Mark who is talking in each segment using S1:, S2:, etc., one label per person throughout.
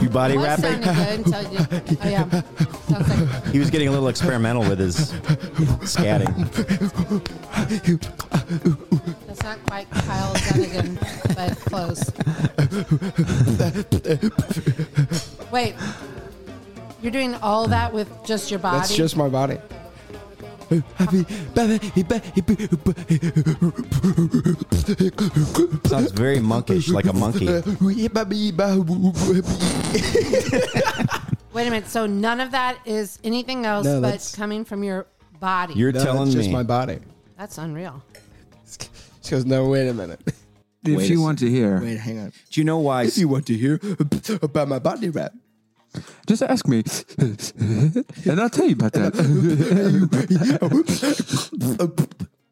S1: You body
S2: It was
S1: rapping?
S2: sounding good until you. Oh yeah. Sounds like
S1: He was getting a little experimental with his scatting.
S2: that's not quite Kyle Dunnigan, but close. Wait. You're doing all that with just your body.
S3: That's just my body.
S1: Sounds very monkish, like a monkey.
S2: Wait a minute. So none of that is anything else
S3: No,
S2: but
S3: that's-
S2: coming from your body.
S1: You're
S3: No,
S1: telling
S3: that's just
S1: me.
S3: my body.
S2: that's unreal.
S3: She goes, no, wait a minute.
S4: If
S1: Wait a
S4: you
S1: sec-
S4: want to hear,
S3: Wait, hang on.
S1: Do you know why?
S3: If you want to hear about my body rap,
S4: just ask me, and I'll tell you about that.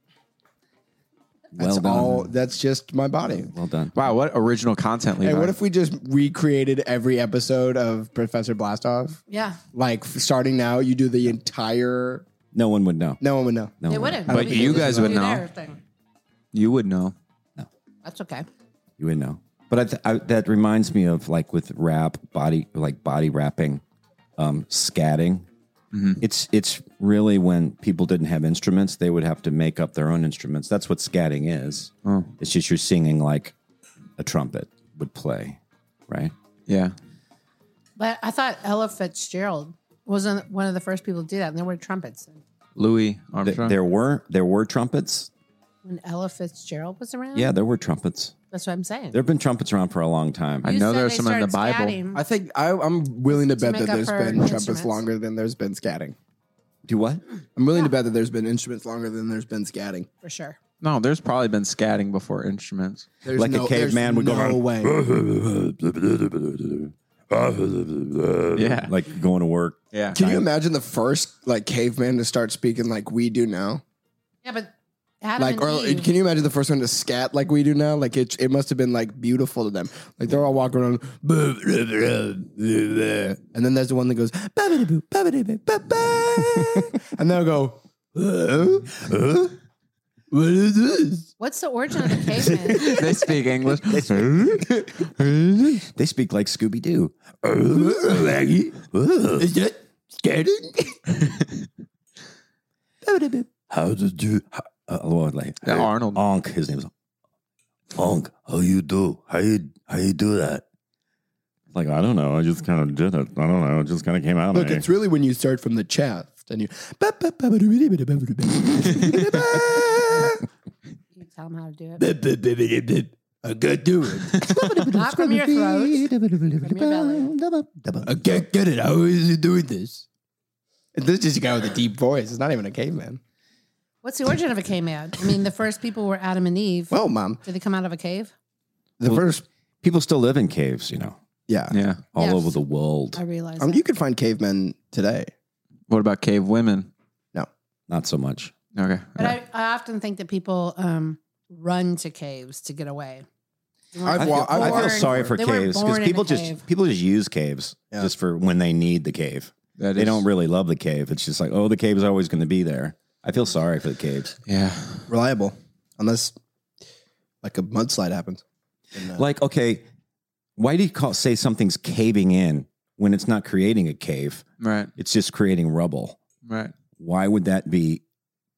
S3: that's
S1: done.
S3: all. That's just my body.
S1: Well done.
S4: wow, what original content, Levi?
S3: Hey, what if we just recreated every episode of Professor Blastoff?
S2: Yeah.
S3: Like f- starting now, you do the entire.
S1: No one would know.
S3: No one would know.
S1: No
S2: They
S1: one
S2: wouldn't.
S4: But
S2: They
S4: you
S2: just
S4: guys would
S2: do
S4: know.
S2: their thing.
S4: you would know?
S2: That's okay.
S1: You would know. But I, th- I, that reminds me of like with rap, body like body rapping, um, scatting.
S4: Mm-hmm.
S1: It's it's really when people didn't have instruments, they would have to make up their own instruments. That's what scatting is. It's just you're singing like a trumpet would play, right?
S4: Yeah.
S2: But I thought Ella Fitzgerald wasn't one of the first people to do that, and there were trumpets.
S4: Louis
S1: Th-
S4: Armstrong.
S1: there were there were trumpets.
S2: When Ella Fitzgerald was around,
S1: Yeah, there were trumpets.
S2: that's what I'm saying.
S1: There have been trumpets around for a long time.
S4: I
S2: You
S4: know
S2: said
S4: there are
S2: they
S4: some in the
S2: started
S4: Bible.
S2: scatting.
S3: I think I, I'm willing to bet
S2: make
S3: that
S2: up
S3: there's
S2: for
S3: been trumpets
S2: instruments.
S3: longer than there's been scatting.
S1: Do what?
S3: I'm willing to bet that there's been instruments longer than there's been scatting.
S2: for sure.
S4: no, there's probably been scatting before instruments.
S3: There's
S1: Like a
S3: no, there's
S1: caveman would go
S3: no
S1: around.
S3: way.
S4: Yeah.
S1: Like going to work.
S4: yeah.
S3: Can you imagine the first like caveman to start speaking like we do now?
S2: Yeah, but Adam
S3: Like,
S2: and
S3: or uh,
S2: Eve,
S3: can you imagine the first one to scat like we do now? Like it, it must have been like beautiful to them. Like they're all walking around, and then there's the one that goes, and they'll go, "Huh? Huh? what is this?
S2: what's the origin of the caveman?
S4: they speak English.
S1: They speak like Scooby Doo.
S3: Maggie, is that scatting?
S1: How did you? How, uh, well, like
S4: Yeah, Arnold.
S1: Onk. His name's Onk. How you do? How you how you do that? Like I don't know. I just kind of did it. I don't know. It just kind of came out.
S3: Look, it's really when you start from the chest and you.
S2: you tell him how to do it.
S3: I got do it.
S2: Not from your throat, from your belly.
S3: I can't get it. How is he doing this? This is a guy with a deep voice. It's not even a caveman.
S2: What's the origin of a caveman? I mean, the first people were Adam and Eve.
S3: Well, mom,
S2: Did they come out of a cave?
S3: the first,
S1: People still live in caves, you know,
S3: yeah,
S4: yeah.
S1: all
S2: Yes.
S1: over the world.
S2: I realize.
S3: Um,
S2: that.
S3: you could find cavemen today.
S4: What about cave women?
S1: Not so much.
S4: Okay.
S2: but
S4: yeah.
S2: I, I often think that people um, run to caves to get away. They weren't
S3: I've
S1: I feel,
S3: walked-
S2: born-
S1: I feel
S3: Born-
S1: sorry for
S2: they weren't
S1: caves
S2: born
S1: because
S2: in a
S1: people just
S2: cave.
S1: people just use caves
S3: Yeah.
S1: just for when they need the cave.
S4: That
S1: They
S4: is-
S1: don't really love the cave. It's just like, oh, the cave is always going to be there. I feel sorry for the caves.
S4: Yeah.
S3: Reliable, unless like a mudslide happens.
S1: Like, okay, why do you call say something's caving in when it's not creating a cave,
S4: Right.
S1: it's just creating rubble.
S4: Right.
S1: Why would that be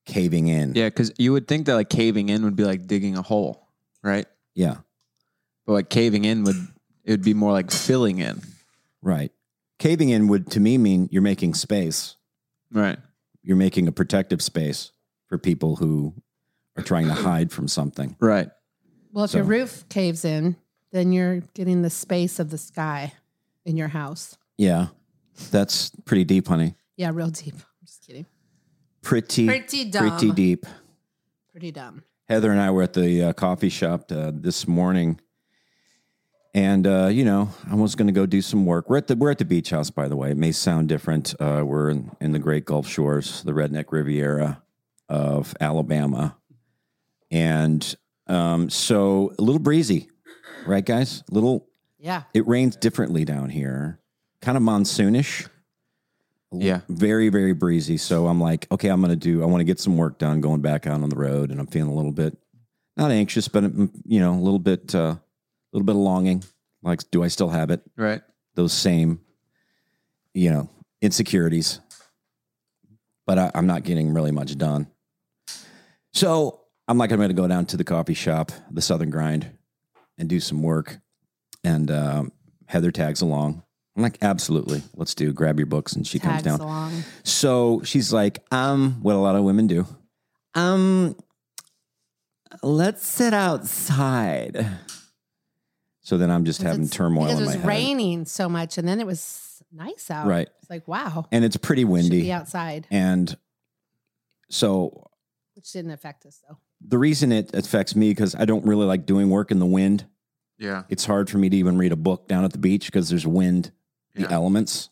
S1: caving in?
S4: Yeah, because you would think that like caving in would be like digging a hole, right?
S1: Yeah,
S4: But like caving in would it would be more like filling in,
S1: right. Caving in would to me mean you're making space.
S4: right?
S1: You're making a protective space for people who are trying to hide from something.
S4: Right.
S2: Well, if
S1: So-
S2: your roof caves in, then you're getting the space of the sky in your house.
S1: Yeah. That's pretty deep, honey.
S2: Yeah, real deep. I'm just kidding.
S1: Pretty
S2: Pretty dumb.
S1: pretty deep.
S2: Pretty dumb.
S1: Heather and I were at the uh, coffee shop uh, this morning, and uh, you know I was going to go do some work. We're at the we're at the beach house, by the way. It may sound different. Uh, we're in, in the Great Gulf Shores, the Redneck Riviera of Alabama, and um, so a little breezy, right, guys? little
S2: Yeah.
S1: it rains differently down here, kind of monsoonish.
S4: Yeah.
S1: Very, very breezy. So I'm like, okay, I'm going to do, I want to get some work done going back out on the road. And I'm feeling a little bit, not anxious, but, mm, you know, a little bit, uh, a little bit of longing. Like, do I still have it?
S4: Right.
S1: Those same, you know, insecurities. But I, I'm not getting really much done. So I'm like, I'm going to go down to the coffee shop, the Southern Grind, and do some work. And um, Heather tags along. I'm like, absolutely, let's do. Grab your books, and she
S2: Tags
S1: comes down.
S2: along.
S1: So she's like, um, what a lot of women do. Um, let's sit outside. So then I'm just
S2: Because
S1: having
S2: it's-
S1: turmoil
S2: Because
S1: in
S2: it
S1: my
S2: was
S1: head.
S2: raining so much, and then it was nice out.
S1: Right.
S2: It's like wow.
S1: And it's pretty
S2: Should
S1: windy.
S2: be outside,
S1: And so
S2: which didn't affect us though.
S1: the reason it affects me because I don't really like doing work in the wind.
S4: Yeah.
S1: It's hard for me to even read a book down at the beach because there's wind, the
S4: Yeah.
S1: elements.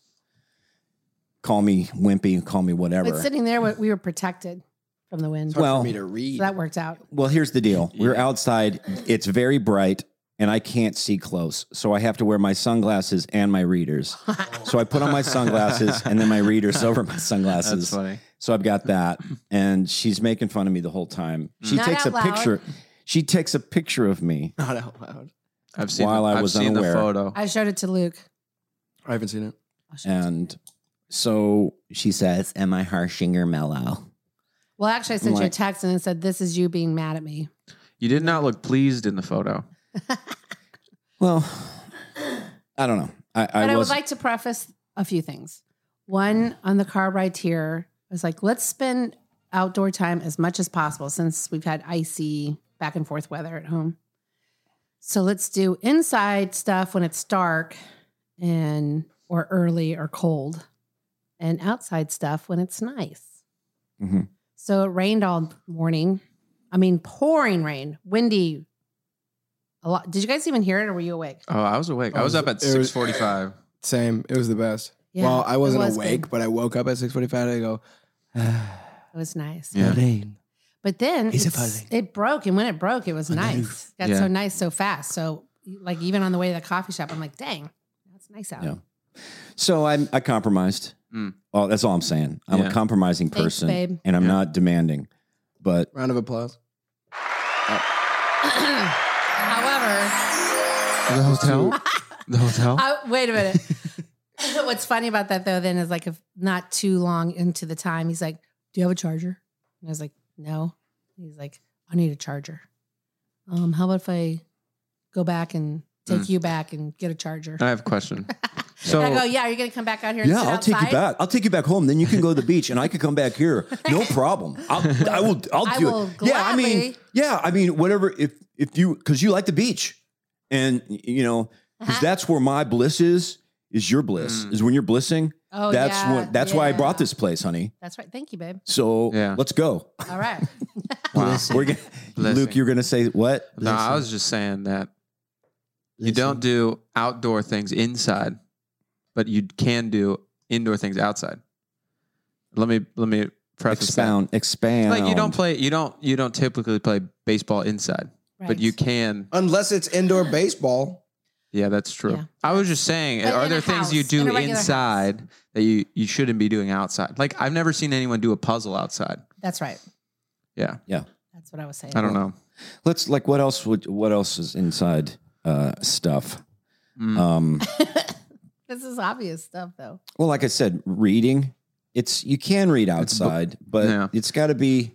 S1: Call me wimpy, call me whatever.
S2: But sitting there, we- we were protected from the wind.
S3: It's hard
S1: Well-
S3: for me to read.
S2: so that worked out.
S1: Well, here's the deal. We're
S4: Yeah.
S1: outside. It's very bright and I can't see close. So I have to wear my sunglasses and my readers.
S2: Oh.
S1: So I put on my sunglasses and then my readers over my
S4: That's
S1: sunglasses.
S4: funny.
S1: So I've got that and she's making fun of me the whole time. She
S2: Not
S1: takes a
S2: out loud.
S1: picture. She takes a picture of me.
S3: Not out loud.
S4: I've seen.
S1: While
S4: the,
S1: I
S4: I've
S1: was
S4: seen
S1: unaware.
S4: the photo.
S2: I showed it to Luke.
S3: I haven't seen it.
S2: I'll show it to
S1: And so she says, Am I harshing or mellow?
S2: Well, actually, I sent you a
S1: Like-
S2: text and it said, "This is you being mad at me."
S4: You did not look pleased in the photo.
S1: Well, I don't know. I, I,
S2: but I would
S1: was
S2: like to preface a few things. One on the car ride here, I was like, let's spend outdoor time as much as possible since we've had icy back and forth weather at home. So let's do inside stuff when it's dark and or early or cold, and outside stuff when it's nice.
S1: Mhm.
S2: So it rained all morning. I mean, pouring rain, windy. A lot. Did you guys even hear it, or were you awake?
S4: Oh, I was awake. I was up at
S3: It was-
S4: six forty-five.
S3: Same. It was the best.
S2: Yeah,
S3: well, I
S2: it
S3: wasn't
S2: was
S3: awake,
S2: good.
S3: but I woke up at 6:45 and I go,
S2: It was nice.
S4: Yeah.
S2: But then
S3: Is it
S2: it's-
S3: fuzzy?
S2: it broke, and when it broke, it was nice. Got
S4: Yeah.
S2: so nice so fast. So, like even on the way to the coffee shop, I'm like, "Dang, that's nice out."
S1: Yeah. so I, I compromised.
S4: Mm.
S1: Oh, that's all I'm saying. I'm
S4: Yeah.
S1: a compromising
S2: Thanks,
S1: person,
S2: babe.
S1: and I'm
S4: Yeah.
S1: not demanding. But
S3: round of applause.
S2: However,
S4: The hotel. the hotel.
S2: I, wait a minute. What's funny about that though, then is like if not too long into the time, he's like, "Do you have a charger?" And I was like, "No." And he's like, "I need a charger." Um, how about if I go back and take you back and get a charger?
S4: I have a question. So
S2: and I go, "Yeah, are you gonna come back out here?" and
S1: yeah,
S2: sit
S1: I'll take you
S2: outside?"
S1: back. I'll take you back home. Then you can go to the beach, and I could come back here. No problem. I'll, I will. I'll
S2: I
S1: do
S2: will
S1: it. Yeah, I mean,
S2: gladly.
S1: yeah, I mean, whatever. If if you because you like the beach, and you know,
S2: Uh-huh.
S1: because that's where my bliss is. Is your bliss
S4: Mm.
S1: is when you're blissing.
S2: Oh,
S1: that's
S2: yeah,
S1: when. That's why I brought
S2: yeah.
S1: this place, honey.
S2: That's right. Thank you, babe.
S1: So
S4: Yeah.
S1: let's go.
S2: All right.
S4: wow.
S1: We're gonna, Luke, you're gonna say what?
S4: No, I was just saying that you don't do outdoor things inside, but you can do indoor things outside. Let me let me preface that.
S1: Expound, expand.
S4: Like you don't play you don't you don't typically play baseball inside,
S2: right.
S4: but you can.
S3: Unless it's indoor baseball.
S4: Yeah, that's true.
S2: Yeah.
S4: I was just saying,
S2: But
S4: are
S2: in a
S4: there things you
S2: house, in a
S4: do
S2: regular house.
S4: inside that you you shouldn't be doing outside? Like I've never seen anyone do a puzzle outside.
S2: That's right.
S4: Yeah,
S2: That's what I was saying.
S4: I don't know.
S1: Let's like what
S4: Hmm.
S1: else would what else is inside uh stuff?
S4: Mm.
S1: Um
S2: This is obvious stuff, though.
S1: Well, like I said, reading. It's you can read outside, but
S4: Yeah.
S1: it's got to be.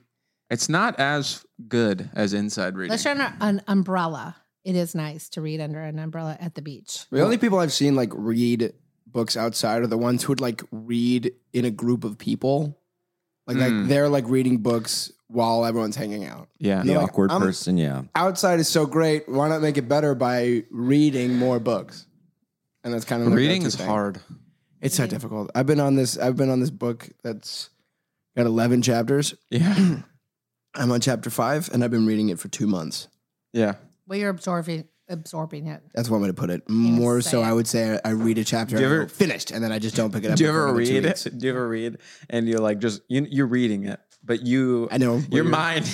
S4: It's not as good as inside reading.
S2: Let's try an, an umbrella. It is nice to read under an umbrella at the beach.
S3: The only people I've seen like read books outside are the ones who would like read in a group of people. Like,
S4: Mm.
S3: like they're like reading books while everyone's hanging out.
S4: yeah.
S1: The
S3: Yeah. like,
S1: awkward
S3: I'm-
S1: person, yeah.
S3: Outside is so great. Why not make it better by reading more books? And that's kind of like
S4: Reading
S3: go-to
S4: is
S3: thing.
S4: hard.
S3: It's so difficult. I've been on this. I've been on this book that's got eleven chapters.
S4: Yeah.
S3: I'm on chapter five, and I've been reading it for two months.
S4: yeah.
S2: Well, you're absorbing absorbing it.
S3: That's one way to put it. More so,
S2: say it.
S3: I would say I, I read a chapter,
S4: Do you
S3: and I
S4: ever-
S3: go, finished, and then I just don't pick it up.
S4: Do you
S3: for
S4: ever
S3: another two
S4: read
S3: weeks.
S4: it? Do you ever read and you're like just you, you're reading it, but you
S3: I know
S4: your
S3: weird.
S4: mind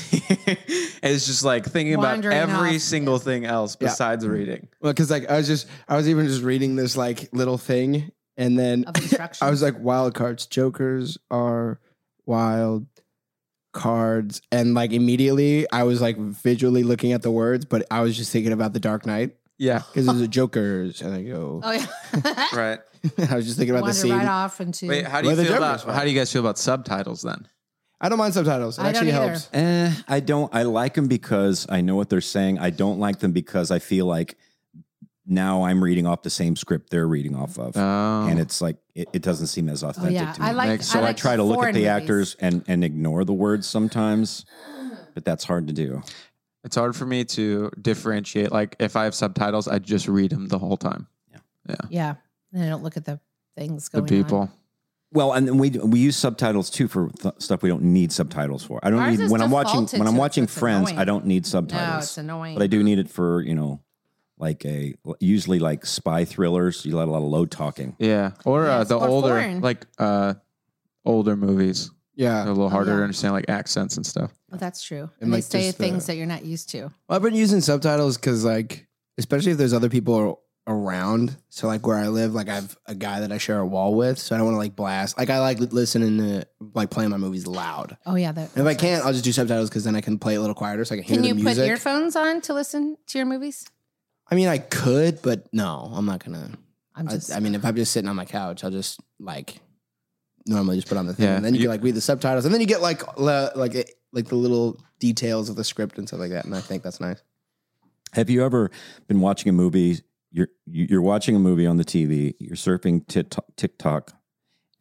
S4: is just like thinking
S2: Wandering
S4: about every
S2: off.
S4: single thing else
S3: Yeah.
S4: besides
S1: Mm-hmm.
S4: reading.
S3: Well, because like I was just, I was even just reading this like little thing, and then
S2: Of instructions.
S3: I was like, wild cards, jokers are wild cards, and like immediately I was like visually looking at the words, but I was just thinking about the Dark Knight
S4: Yeah.
S3: because there's a jokers, and I go,
S2: Oh yeah.
S4: Right.
S3: I was just thinking about the
S2: Wander
S3: scene.
S2: right off into.
S4: Wait, how do you
S3: Well, they're
S4: feel
S3: different,
S4: about how do you guys feel about subtitles then?
S3: I don't mind subtitles; it
S2: I don't
S3: actually
S2: either.
S3: helps.
S1: Eh, I don't. I like them because I know what they're saying. I don't like them because I feel like now I'm reading off the same script they're reading off of,
S4: Oh.
S1: and it's like it, it doesn't seem as
S2: oh
S1: authentic
S2: yeah,
S1: to me.
S2: I like.
S4: Like,
S1: so I,
S2: like
S1: try to look at
S2: foreign
S1: the
S2: movies.
S1: actors and and ignore the words sometimes, but that's hard to do.
S4: it's hard for me to differentiate. Like if I have subtitles, I just read them the whole time.
S2: Yeah, and I don't look at the things
S4: The
S2: going
S4: people.
S2: on.
S1: Well, and then we we use subtitles too for th- stuff we don't need subtitles for. I don't
S2: Ours
S1: need
S2: is
S1: when I'm watching
S2: defaulted
S1: when I'm
S2: to-
S1: watching
S2: it's
S1: Friends. I
S2: annoying.
S1: don't need
S2: No,
S1: subtitles,
S2: it's annoying.
S1: but I do need it for you know, like a usually like spy thrillers. You let a lot of low talking.
S4: Yeah. Or uh,
S2: Yes,
S4: the
S2: or
S4: older
S2: foreign.
S4: like uh older movies. They're
S3: Yeah,
S4: a little harder to
S2: yeah.
S4: understand like accents and stuff.
S2: Well, that's true.
S3: And,
S2: And they
S3: like,
S2: say
S3: just the-
S2: things that you're not used to.
S3: well, I've been using subtitles because like, especially if there's other people around. So like where I live, like I have a guy that I share a wall with, so I don't want to like blast. Like I like listening to like playing my movies loud.
S2: Oh yeah, that.
S3: And if I can't, I'll just do subtitles because then I can play it a little quieter so I can hear
S2: Can
S3: the
S2: you put
S3: music.
S2: earphones on to listen to your movies?
S3: I mean, I could, but no, I'm not gonna.
S2: I'm
S3: I,
S2: just.
S3: I mean, if I'm just sitting on my couch, I'll just like normally just put on the thing,
S4: Yeah,
S3: and then you,
S4: you-
S3: can like read the subtitles, and then you get like le, like it, like the little details of the script and stuff like that. And I think that's nice.
S1: Have you ever been watching a movie? You're you- you're watching a movie on the TV. You're surfing TikTok, TikTok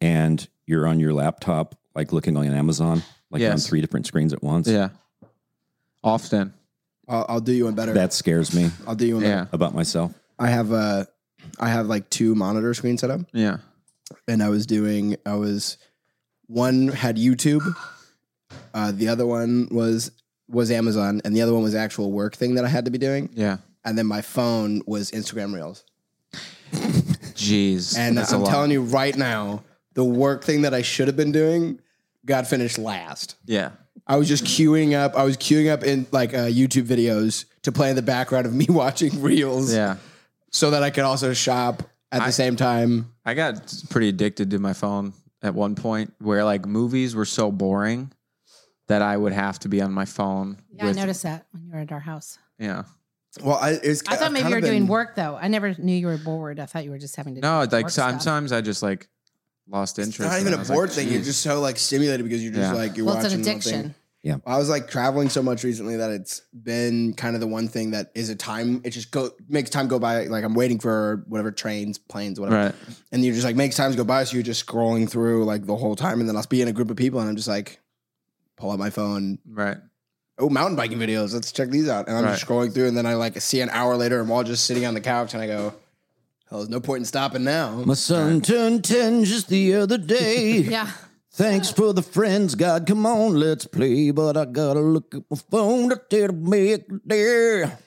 S1: and you're on your laptop, like looking on Amazon, like on
S4: Yes.
S1: three different screens at once.
S4: Yeah. Often.
S3: I'll, I'll do you one better.
S1: That scares me
S3: I'll do you one
S4: Yeah.
S3: better.
S1: about myself.
S3: I have uh, I have like two monitor screen set up,
S4: Yeah.
S3: and I was doing I was one had YouTube, uh, the other one was was Amazon, and the other one was actual work thing that I had to be doing.
S4: Yeah.
S3: and then my phone was Instagram Reels.
S4: Jeez.
S3: And
S4: that's a
S3: I'm
S4: lot.
S3: telling you right now, the work thing that I should have been doing got finished last.
S4: Yeah.
S3: I was just queuing up. I was queuing up in like uh, YouTube videos to play in the background of me watching Reels,
S4: Yeah.
S3: so that I could also shop at
S4: I-
S3: the same time.
S4: I got pretty addicted to my phone at one point where like movies were so boring that I would have to be on my phone.
S2: yeah,
S4: with-
S2: I noticed that when you were at our house.
S4: Yeah.
S3: Well, I, it's,
S2: I
S3: I've
S2: thought maybe
S3: kind
S2: you were
S3: of been-
S2: doing work though. I never knew you were bored. I thought you were just having to.
S4: No,
S2: do
S4: like
S2: work stuff.
S4: sometimes I just like lost
S3: It's
S4: interest.
S3: not
S4: in
S3: even
S4: it.
S3: a
S4: I was
S3: bored
S4: like,
S3: thing. You're
S4: "Jeez."
S3: just so like stimulated because you're just
S4: Yeah.
S3: like you're
S2: Well, it's
S3: watching
S2: an
S3: the whole thing.
S2: addiction.
S3: I was like traveling so much recently that it's been kind of the one thing that is a time. It just go makes time go by. Like I'm waiting for whatever trains, planes, whatever,
S4: Right.
S3: and you just like makes times go by. So you're just scrolling through like the whole time, and then I'll be in a group of people, and I'm just like, pull out my phone.
S4: Right.
S3: Oh, mountain biking videos. Let's check these out. And I'm just scrolling through, and then I like see an hour later, and we're all just sitting on the couch, and I go, "Hell, there's no point in stopping now."
S1: My son turned 10 just the other day.
S2: Yeah.
S1: Thanks for the friends, God. Come on, let's play. But I gotta look at my phone to tell me it there.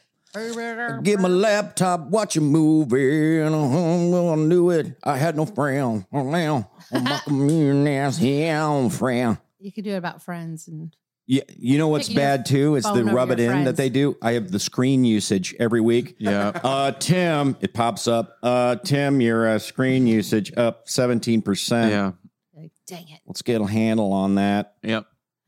S1: Get my laptop, watch a movie, and uh-huh, I knew it. I had no friend. Oh, now I'm my communist, yeah, friend.
S2: You could do it about friends and
S1: Yeah, you know what's
S2: Picking your
S1: bad too? It's
S2: phone
S1: the
S2: over
S1: rub
S2: your
S1: it in that
S2: friends.
S1: they do. I have the screen usage every week.
S4: Yeah.
S1: Uh, Tim, it pops up. Uh, Tim, your uh, screen usage up 17%.
S4: yeah.
S2: like, dang it.
S1: Let's get a handle on that.
S4: Yep.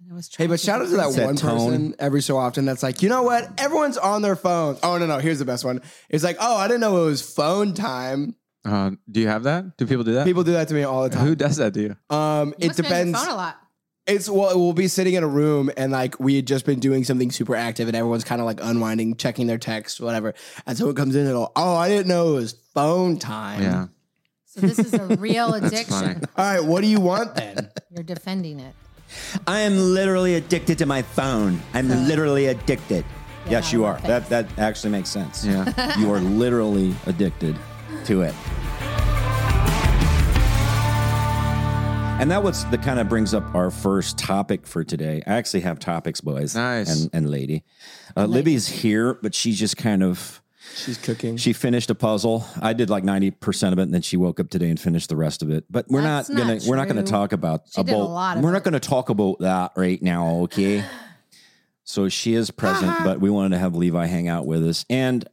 S2: I was
S3: Hey,
S2: trying
S3: but shout out to that
S1: It's that
S3: one
S1: tone.
S3: person every so often that's like, you know what? Everyone's on their phones. Oh no, no, here's the best one. It's like, oh, I didn't know it was phone time.
S4: Uh, do you have that? Do people do that?
S3: People do that to me all the time.
S4: Who does that to you?
S3: Um,
S2: You
S3: it
S2: must be on your
S3: depends.
S2: phone a lot.
S3: It's well, we'll be sitting in a room and like we had just been doing something super active and everyone's kind of like unwinding, checking their text, whatever. And someone comes in and go, "Oh, I didn't know it was phone time."
S4: Yeah.
S2: So this is a real
S4: funny.
S2: addiction.
S3: All right, what do you want then?
S2: You're defending it.
S1: I am literally addicted to my phone. I'm literally addicted. yes, you are. That that actually makes sense.
S4: Yeah.
S1: you are literally addicted to it. And that was the kind of brings up our first topic for today. I actually have topics, boys,
S4: Nice.
S1: and and lady. Uh, Libby's here, but she's just kind of
S3: She's cooking.
S1: she finished a puzzle. I did like ninety percent of it, and then she woke up today and finished the rest of it. But we're
S2: That's
S1: not gonna
S2: not
S1: we're not gonna
S2: true.
S1: talk about
S2: She did a
S1: about-
S2: lot of
S1: we're not
S2: it.
S1: gonna talk about that right now, okay? so she is present,
S2: Uh-huh.
S1: but we wanted to have Levi hang out with us, and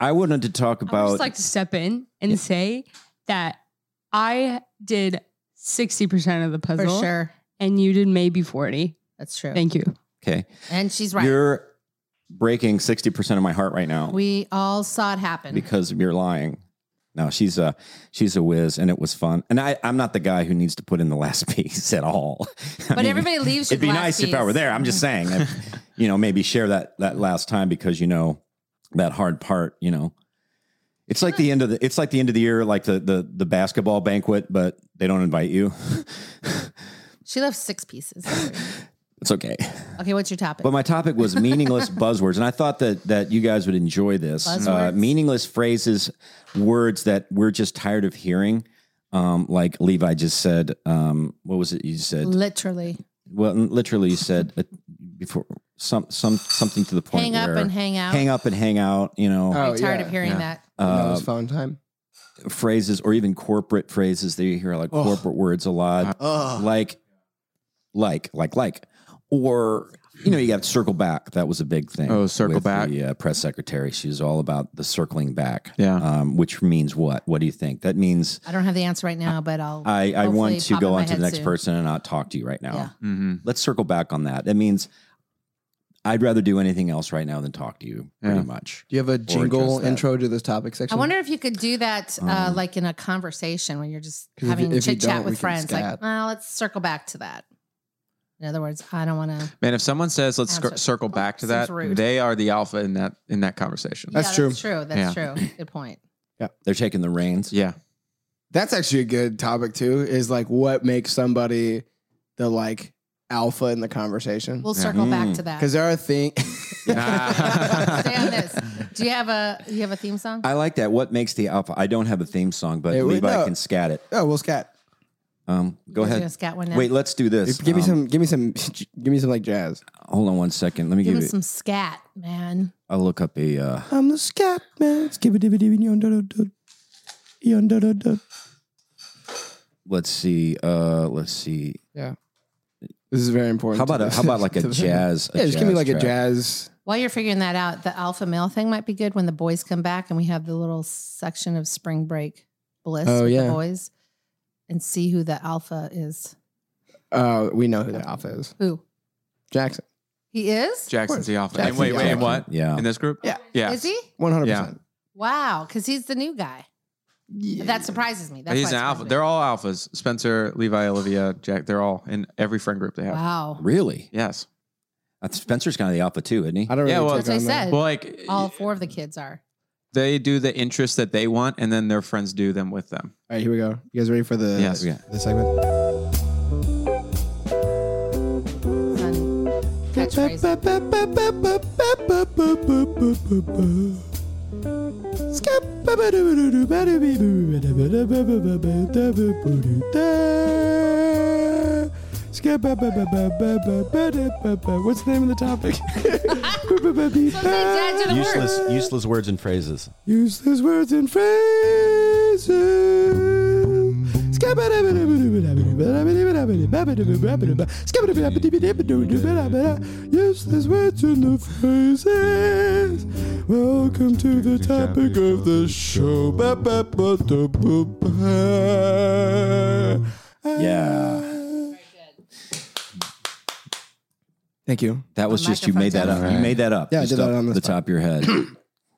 S1: I wanted to talk
S2: Oh,
S5: I would
S1: about
S5: just like to step in and say that I did 60% of the
S2: For
S5: puzzle
S2: sure.
S5: and you did maybe 40.
S2: That's true.
S5: Thank you.
S1: okay.
S2: And she's right.
S1: You're breaking sixty percent of my heart right now
S2: we all saw it happen.
S1: because you're lying. No, she's a she's a whiz, and it was fun. And I I'm not the guy who needs to put in the last piece at all. I
S2: but
S1: mean,
S2: everybody leaves.
S1: It'd
S2: with
S1: be
S2: last
S1: nice if I
S2: piece.
S1: were there. I'm just saying, I- you know, maybe share that that last time because you know that hard part. You know, it's like the end of the it's like the end of the year, like the the the basketball banquet, but they don't invite you.
S2: She left six pieces.
S1: It's okay.
S2: okay, what's your topic?
S1: But my topic was meaningless buzzwords, and I thought that that you guys would enjoy this. Uh,
S2: Buzzwords?
S1: meaningless phrases, words that we're just tired of hearing. Um, like Levi just said, um, what was it you said?
S2: Literally,
S1: Well, n- literally, you said uh, before some some something to the point
S2: hang up
S1: where
S2: and hang out.
S1: hang up and hang out. You know,
S2: I'm
S3: Oh,
S2: tired
S3: yeah,
S2: of hearing
S4: yeah.
S2: that.
S3: that
S1: uh,
S3: was phone time.
S1: phrases or even corporate phrases that you hear like
S3: Ugh.
S1: corporate words a lot,
S3: Oh,
S1: like like like like, or you know, you got circle back. That was a big thing.
S4: Oh, circle
S1: with
S4: back.
S1: The uh, press secretary, she was all about the circling back.
S4: Yeah.
S1: um, which means what? What do you think? That means
S2: I don't have the answer right now, but I'll.
S1: I I
S2: hopefully
S1: want to
S2: pop in
S1: go
S2: my
S1: on to the
S2: head
S1: next
S2: soon.
S1: person and not talk to you right now.
S2: Yeah.
S4: Mm-hmm.
S1: let's circle back on that. That means I'd rather do anything else right now than talk to you,
S4: Yeah.
S1: pretty much.
S3: do you have a jingle
S1: just that.
S3: intro to this topic section?
S2: I wonder if you could do that, uh,
S1: Um,
S2: like in a conversation when you're just
S3: 'Cause if
S2: having
S3: you- if you
S2: chit chat
S3: don't, we
S2: with
S3: can
S2: friends. Like,
S3: scat.
S2: well, let's circle back to that. In other words, I don't want to.
S4: Man, if someone says let's
S2: Answer.
S4: cir- circle back to
S2: Seems
S4: that,
S2: Oh, rude.
S4: they are the alpha in that in that conversation.
S3: That's true.
S2: That's true. That's true. Good point.
S1: They're taking the reins.
S4: Yeah.
S3: That's actually a good topic too. Is like what makes somebody the like alpha in the conversation?
S2: We'll
S4: Yeah.
S2: circle back
S1: Mm.
S2: to that.
S3: Because there are things.
S4: Ah.
S2: Stay on this. Do you have a you have a theme song?
S1: I like that. What makes the alpha? I don't have a theme song, but
S3: Hey, wait,
S1: Levi
S3: no.
S1: can scat it.
S3: oh, we'll scat.
S1: Um, go
S2: You guys Gonna
S1: ahead.
S2: scat one now.
S1: Wait, let's do this.
S3: Give me
S1: Um,
S3: some. Give me some. Give me some like jazz.
S1: Hold on one second. Let me
S2: give
S1: give,
S2: him
S1: you.
S2: some scat, man.
S1: I'll look up a. Uh,
S3: I'm the scat man. Skibba dibba dibba yon da da da. Yon da da da.
S1: let's see. Uh, let's see.
S3: This is very important.
S1: How
S3: to
S1: about a,
S3: the-
S1: how about like a
S3: to the-
S1: jazz?
S3: yeah, just give me like a
S1: track?
S3: jazz.
S2: While you're figuring that out, the alpha male thing might be good when the boys come back and we have the little section of spring break bliss
S3: Oh,
S2: with
S3: yeah.
S2: the boys and see who the alpha is.
S3: Uh, we know who the alpha is.
S2: Who?
S3: Jackson,
S2: He is?
S4: Jackson's the alpha.
S3: Jackson's
S4: and wait,
S3: the
S4: wait, and
S3: alpha.
S4: what?
S1: Yeah.
S4: In this group?
S3: Yeah.
S4: Yeah.
S2: Is he?
S3: one hundred percent.
S2: Wow, because he's the new guy. That surprises me. That's
S4: He's
S2: why
S4: an
S2: it
S4: alpha.
S2: surprised me.
S4: They're all alphas. Spencer, Levi, Olivia, Jack. They're all in every friend group they have.
S2: Wow.
S1: Really?
S4: Yes.
S1: That's- Spencer's kind of the alpha too, isn't he?
S3: I don't really.
S4: Yeah, well-
S3: take
S2: That's what I
S3: on that.
S2: said.
S4: Well, like
S2: All four of the kids are.
S4: they do the interests that they want, and then their friends do them with them.
S3: All right, here we go. You guys ready for the
S4: Yes. Yeah.
S3: the segment?
S2: Son, catchphrase.
S3: What's the name of the topic?
S2: Dad did a word.
S1: useless words and phrases.
S3: Useless words and phrases. Useless words and the phrases. Welcome to the topic of the show.
S1: Yeah.
S3: Thank you.
S1: That was
S2: The
S1: just you made that
S2: microphone's
S1: up. You made that up.
S3: Yeah, I
S1: just
S3: did that
S1: up
S3: on the
S1: the
S3: spot.
S1: top of your head.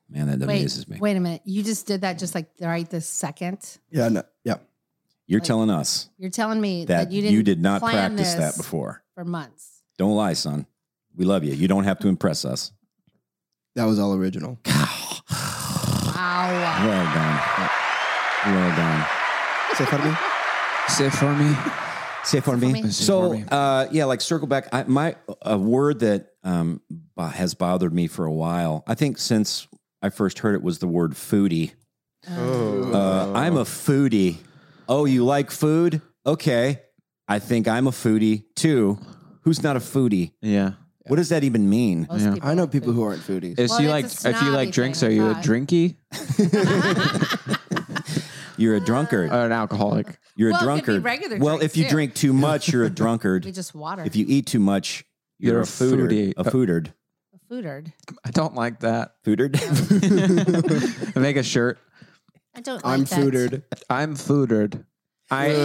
S1: Man, that
S2: wait,
S1: amazes me.
S2: wait a minute. You just did that just like right this second.
S3: Yeah, no, yeah.
S1: You're
S2: like-
S1: telling us
S2: You're telling me that,
S1: that,
S2: you
S1: you,
S2: didn't
S1: did not
S2: plan
S1: practice
S2: this
S1: that before.
S2: for months.
S1: Don't lie, son. We love you. You don't have to impress us.
S3: That was all original.
S2: Wow.
S1: Well done. Well done.
S3: Say pardon me.
S4: Say for me.
S1: Say for
S2: me.
S1: me.
S2: Say
S1: So,
S4: for me.
S1: uh, yeah, like circle back. I, my a word that um, bo- has bothered me for a while. I think since I first heard it was the word foodie.
S2: Um,
S4: Oh.
S1: Uh, I'm a foodie. Oh, you like food? Okay. I think I'm a foodie too. Who's not a foodie?
S4: Yeah.
S1: What does that even mean?
S2: Most
S4: Yeah.
S3: I know
S2: like
S3: people
S2: food.
S3: who aren't foodies.
S4: If
S2: Well,
S4: you like,
S2: it's a
S4: if you
S2: snobby
S4: like drinks,
S2: thing,
S4: are you a
S2: but-
S4: drinky
S1: You're a drunkard.
S4: or an alcoholic?
S1: You're a
S2: Well, it could be
S1: drunkard.
S2: regular
S1: well,
S2: drinks,
S1: if you
S2: too.
S1: drink too much, you're a
S2: We
S1: drunkard.
S2: just water.
S1: if you eat too much, you're,
S4: You're
S1: a
S4: a
S1: foodie.
S4: foodie. Uh,
S1: A fooderd.
S2: foodered.
S4: I don't like that.
S1: Fooderd.
S4: Make a shirt.
S2: I don't.
S3: I'm
S2: like that.
S3: foodered.
S4: I'm foodered. I, I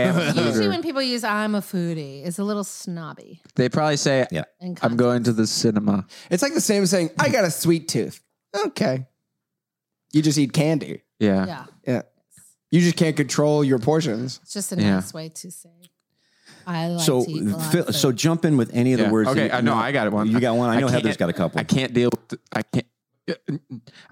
S4: am
S2: Usually, when
S4: foodered.
S2: people use "I'm a foodie," it's a little snobby.
S4: They probably say,
S1: Yeah.
S2: And
S4: I'm going to the cinema.
S3: It's like the same as saying, I got a sweet tooth. Okay. You just eat candy.
S4: Yeah.
S2: Yeah,
S3: Yeah. You just can't control your portions.
S2: it's just a
S4: Yeah.
S2: nice way to say. I like
S1: so,
S2: to eat a lot
S1: Phil-
S2: of
S1: so
S2: food."
S1: jump in with any of the
S4: Yeah.
S1: words.
S4: Okay,
S1: that you,
S4: I know, I got one.
S1: You got one. I
S4: I
S1: know Heather's
S4: can't-
S1: got a couple.
S4: I can't deal with, the, I can't.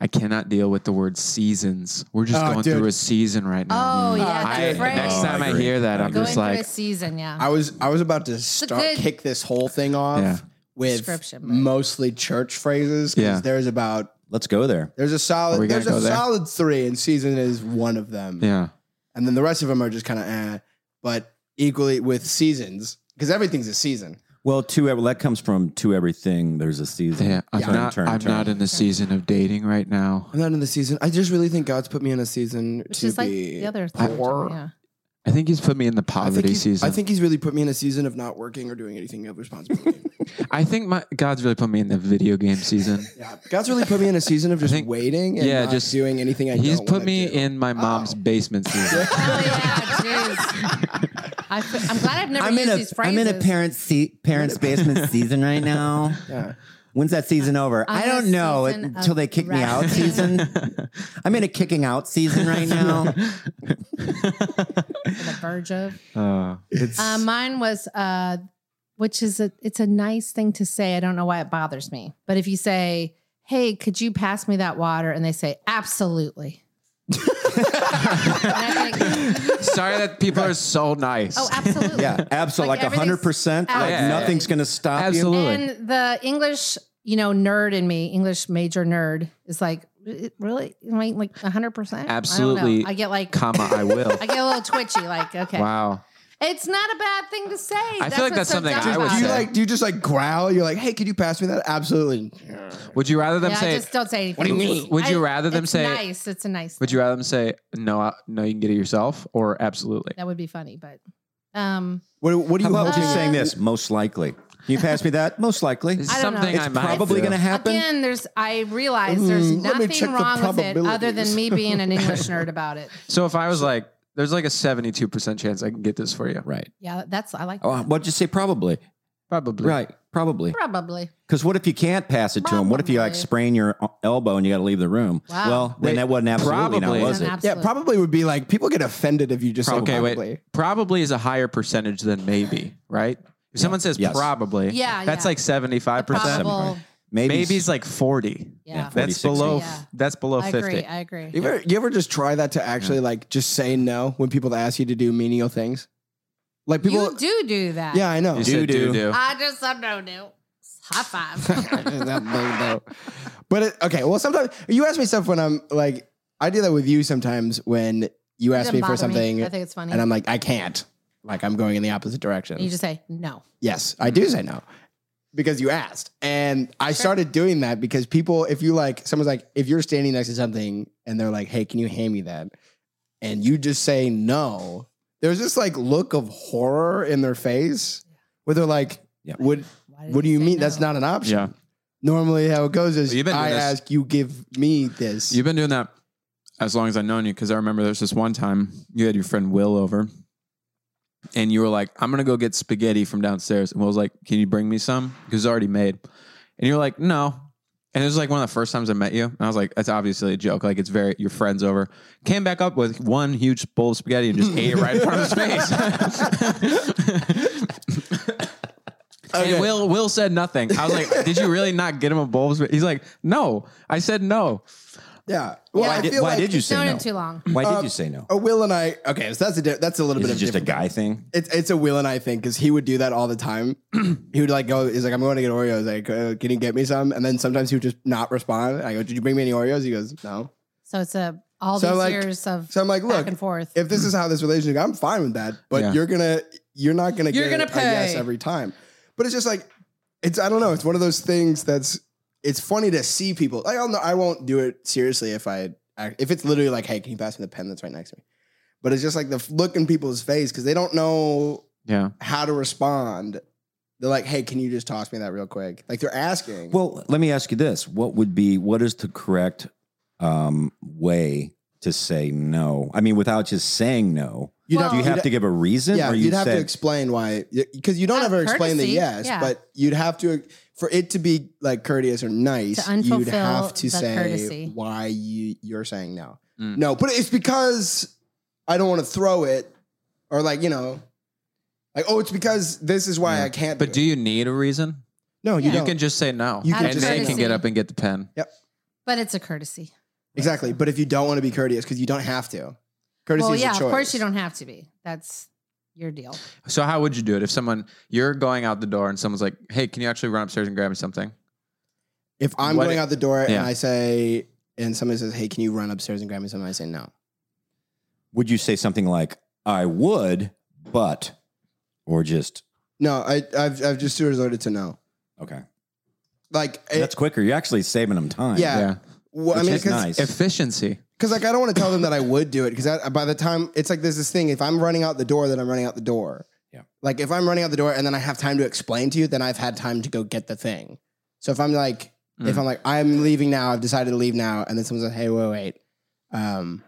S4: I cannot deal with the word seasons. We're just
S3: Oh,
S4: going
S3: dude.
S4: through a season right now.
S2: Oh, yeah,
S4: I,
S2: that phrase.
S4: next
S1: Oh, I
S4: time I,
S1: agree.
S4: hear that,
S1: I
S4: I'm
S1: agree.
S2: going
S4: just
S2: through
S4: like,
S2: a season. Yeah,
S3: I was I was about to
S2: Uh-huh. a
S3: start
S2: good-
S3: kick this whole thing off
S4: Yeah.
S3: with
S2: Description, right.
S3: mostly church phrases. 'cause
S4: Yeah.
S3: There's about
S1: Let's go there.
S3: there's a
S4: Are we
S3: solid
S4: gonna
S3: there's a
S4: go there?
S3: solid three, and season is one of them.
S4: yeah,
S3: And then the rest of them are just kind of eh. But equally with seasons, because everything's a season.
S1: Well, to ev- that comes from to everything. There's a season.
S4: yeah. I'm
S3: Yeah. Turn,
S4: not.
S1: turn,
S4: I'm
S1: turn.
S4: not in the season of dating right now.
S3: I'm not in the season. I just really think God's put me in a season
S2: which
S3: to
S2: is like
S3: be
S2: the other thing.
S3: poor.
S2: Yeah,
S4: I think he's put me in the
S3: I think,
S4: poverty
S3: he's,
S4: season.
S3: I think he's really put me in a season of not working or doing anything of responsibility.
S4: I think my God's really put me in the video game season.
S3: yeah, God's really put me in a season of just
S4: think-
S3: waiting and
S4: yeah,
S3: not
S4: just-
S3: doing anything I
S4: he's
S3: don't
S4: put
S3: wanna
S4: me
S3: do.
S4: in my mom's basement season.
S2: oh yeah, jeez. I fe- I'm glad I've never
S1: I'm
S2: used
S1: in a
S2: these
S1: I'm
S2: phrases.
S1: in a parent's seat parents basement season right now.
S3: Yeah.
S1: When's that season over?
S2: I'm
S1: I
S2: in a
S1: don't know it,
S2: season of
S1: until they kick me out
S2: wrestling.
S1: season. I'm in a kicking out season right now.
S2: on the verge of.
S4: Uh,
S3: It's
S2: Uh, mine was, uh, which is a, it's a nice thing to say. I don't know why it bothers me, but if you say, "Hey, could you pass me that water?" and they say, "Absolutely." And I think,
S4: sorry that people are so nice.
S2: oh, absolutely.
S1: Yeah, absolutely.
S2: Like
S1: Like hundred percent. Like
S2: everything's-
S1: nothing's gonna stop you.
S4: Absolutely.
S2: And the English, you know, nerd in me, English major nerd, is like, "Re- really? You mean like hundred percent?
S4: Absolutely.
S2: I, get like,
S4: comma, I will.
S2: I get a little twitchy. Like, okay,
S4: Wow.
S2: it's not a bad thing to say. I
S4: feel like that's something I would
S3: do you
S4: say.
S3: like do you just like growl? You're like, hey, could you pass me that? Absolutely.
S4: Would you rather them
S2: Yeah,
S4: say?
S2: I just don't say anything.
S3: What do you mean?
S4: Would you
S2: I-
S4: rather them
S2: it's
S4: say-
S2: nice? It's a nice.
S4: Would you rather them say no? I, no, you can get it yourself, or absolutely.
S2: That would be funny, but um,
S3: What, what are
S1: How
S3: you
S1: about
S3: hoping?
S1: you saying this? Most likely. Can you pass me that? Most likely.
S4: It's
S2: I don't know.
S4: something
S1: It's
S4: I might
S1: probably
S4: do.
S1: gonna happen.
S2: again, there's. I realize there's
S3: Mm, let me check
S2: nothing
S3: the
S2: wrong with it other than
S3: probabilities.
S2: me being an English nerd about it.
S4: So if I was like, there's like a 72 percent chance I can get this for you.
S1: Right.
S2: Yeah, that's. I like.
S1: Oh,
S2: that.
S1: what'd you say? Probably.
S4: Probably.
S1: Right. Probably.
S2: Probably.
S1: Because what if you can't pass it to him? What if you like
S2: Probably.
S1: sprain your uh, elbow and you got to leave the room?
S2: Wow.
S1: Well, then
S4: Wait,
S1: that wasn't absolutely
S4: probably.
S1: now, was
S2: An
S1: it?
S3: Yeah,
S2: absolute-
S3: probably would be like people get offended if you just say
S4: Okay,
S3: probably.
S4: wait. Probably is a higher percentage than maybe. Right. If someone says
S1: Yes.
S4: probably,
S2: Yeah,
S4: that's
S2: yeah.
S4: like 75 percent.
S2: Probable.
S1: Maybe.
S4: Maybe's like 40.
S2: Yeah.
S1: 40,
S4: That's
S1: 60.
S4: below.
S2: Yeah.
S4: That's below
S2: I
S4: 50.
S2: agree. I agree.
S3: You ever, you ever just try that to actually like just say no when people ask you to do menial things? Like people,
S2: you do do that.
S3: yeah, I know.
S4: You said
S1: Do-do.
S4: do do.
S2: I just said no, no. High five.
S3: but it, okay, well, sometimes you ask me stuff when I'm like, I do that with you sometimes when you ask
S2: Doesn't
S3: me
S2: bother
S3: for
S2: me.
S3: something,
S2: I think it's funny.
S3: and I'm like, I can't. Like I'm going in the opposite direction.
S2: you just say no.
S3: Yes,
S1: Mm-hmm.
S3: I do say no because you asked. And I started doing that because people, if you like, someone's like, if you're standing next to something and they're like, hey, can you hand me that? And you just say no, there's this like look of horror in their face where they're like,
S1: Yeah.
S3: what,
S2: Why did
S3: what do you
S2: say
S3: mean? That's
S2: no?
S3: not an option.
S4: Yeah.
S3: Normally, how it goes is
S4: You've been doing
S3: I
S4: this-
S3: ask, you give me this.
S4: You've been doing that as long as I've known you because I remember there's this one time you had your friend Will over and you were like, I'm going to go get spaghetti from downstairs. And Will was like, Can you bring me some? Because it's already made. And you're like, No. And it was like one of the first times I met you. And I was like, that's obviously a joke. Like, it's very, your friend's over. Came back up with one huge bowl of spaghetti and just ate it right in front of his face. And Will, Will said nothing. I was like, did you really not get him a bowl of spaghetti? He's like, no. I said no.
S3: Yeah. Well,
S1: why
S3: I
S1: did,
S3: feel
S1: why
S3: like
S1: did you say
S2: Known
S1: no?
S2: him too long.
S1: Why did you say no?
S3: a Will and I. Okay, so that's a di- that's a little
S1: Is
S3: bit
S1: it
S3: of
S1: just a
S3: different-
S1: guy thing?
S3: It's it's a Will and I thing because he would do that all the time. he would like go. He's like, I'm going to get Oreos. Like, uh, can you get me some? And then sometimes he would just not respond. I go, Did you bring me any Oreos? He goes, No.
S2: So it's a all
S3: So,
S2: these
S3: like-
S2: years of
S3: So I'm like,
S2: back
S3: Look,
S2: and forth.
S3: if this is how this relationship, I'm fine with that. But
S4: Yeah.
S3: you're gonna, you're not gonna,
S5: You're
S3: get
S5: gonna
S3: a yes
S5: pay.
S3: every time. But it's just like, it's I don't know. It's one of those things that's it's funny to see people. Like, I'll know I won't do it seriously if I act- if it's literally like, hey, can you pass me the pen that's right next to me? But it's just like the f- look in people's face because they don't know
S4: Yeah.
S3: how to respond. They're like, hey, can you just toss me that real quick? Like they're asking.
S1: Well, let me ask you this: What would be what is the correct um, way to say no? I mean, without just saying no,
S3: you'd
S1: do you
S3: you'd
S1: have to give a reason?
S3: Yeah,
S1: or
S3: you'd
S1: you
S3: have to
S1: said-
S3: explain why, because you don't
S2: Out of
S3: ever explain the
S2: courtesy,
S3: yes,
S2: yeah.
S3: but you'd have to, for it to be like courteous or nice,
S2: To
S3: you'd
S2: unfulfill
S3: have to
S2: the
S3: say
S2: courtesy.
S3: why you you're saying no.
S4: Mm.
S3: No, but it's because I don't want to throw it, or like you know, like oh, it's because this is why
S4: Yeah.
S3: I can't.
S4: But do
S3: it.
S4: you need a reason?
S3: No, you
S2: Yeah.
S4: You
S3: don't
S4: can just say no.
S3: You can
S4: and
S3: just
S4: they
S3: say
S4: can
S3: no.
S4: get up and get the pen.
S2: but it's a courtesy.
S3: exactly. But if you don't want to be courteous, because you don't have to. Courtesy
S2: well,
S3: is a
S2: yeah, of
S3: choice.
S2: course you don't have to be. That's your deal.
S4: So how would you do it if someone you're going out the door and someone's like, "Hey, can you actually run upstairs and grab me something?"
S3: If I'm
S4: What
S3: going
S4: it-
S3: out the door and
S4: Yeah.
S3: I say, and somebody says, hey, can you run upstairs and grab me something? I say no.
S1: would you say something like "I would, but," or just
S3: No, I, I've I've just resorted to no.
S1: okay?
S3: Like it-
S1: That's quicker. You're actually saving them time.
S3: Yeah. Well, I
S1: Which
S3: mean,
S1: is
S3: because
S1: nice.
S4: Efficiency.
S3: like I don't want to tell them that I would do it because by the time it's like there's this thing. If I'm running out the door, then I'm running out the door.
S1: Yeah.
S3: Like if I'm running out the door and then I have time to explain to you, then I've had time to go get the thing. So if I'm like, if
S4: Mm.
S3: I'm like, I'm leaving now, I've decided to leave now, and then someone's like, hey, wait, wait, um,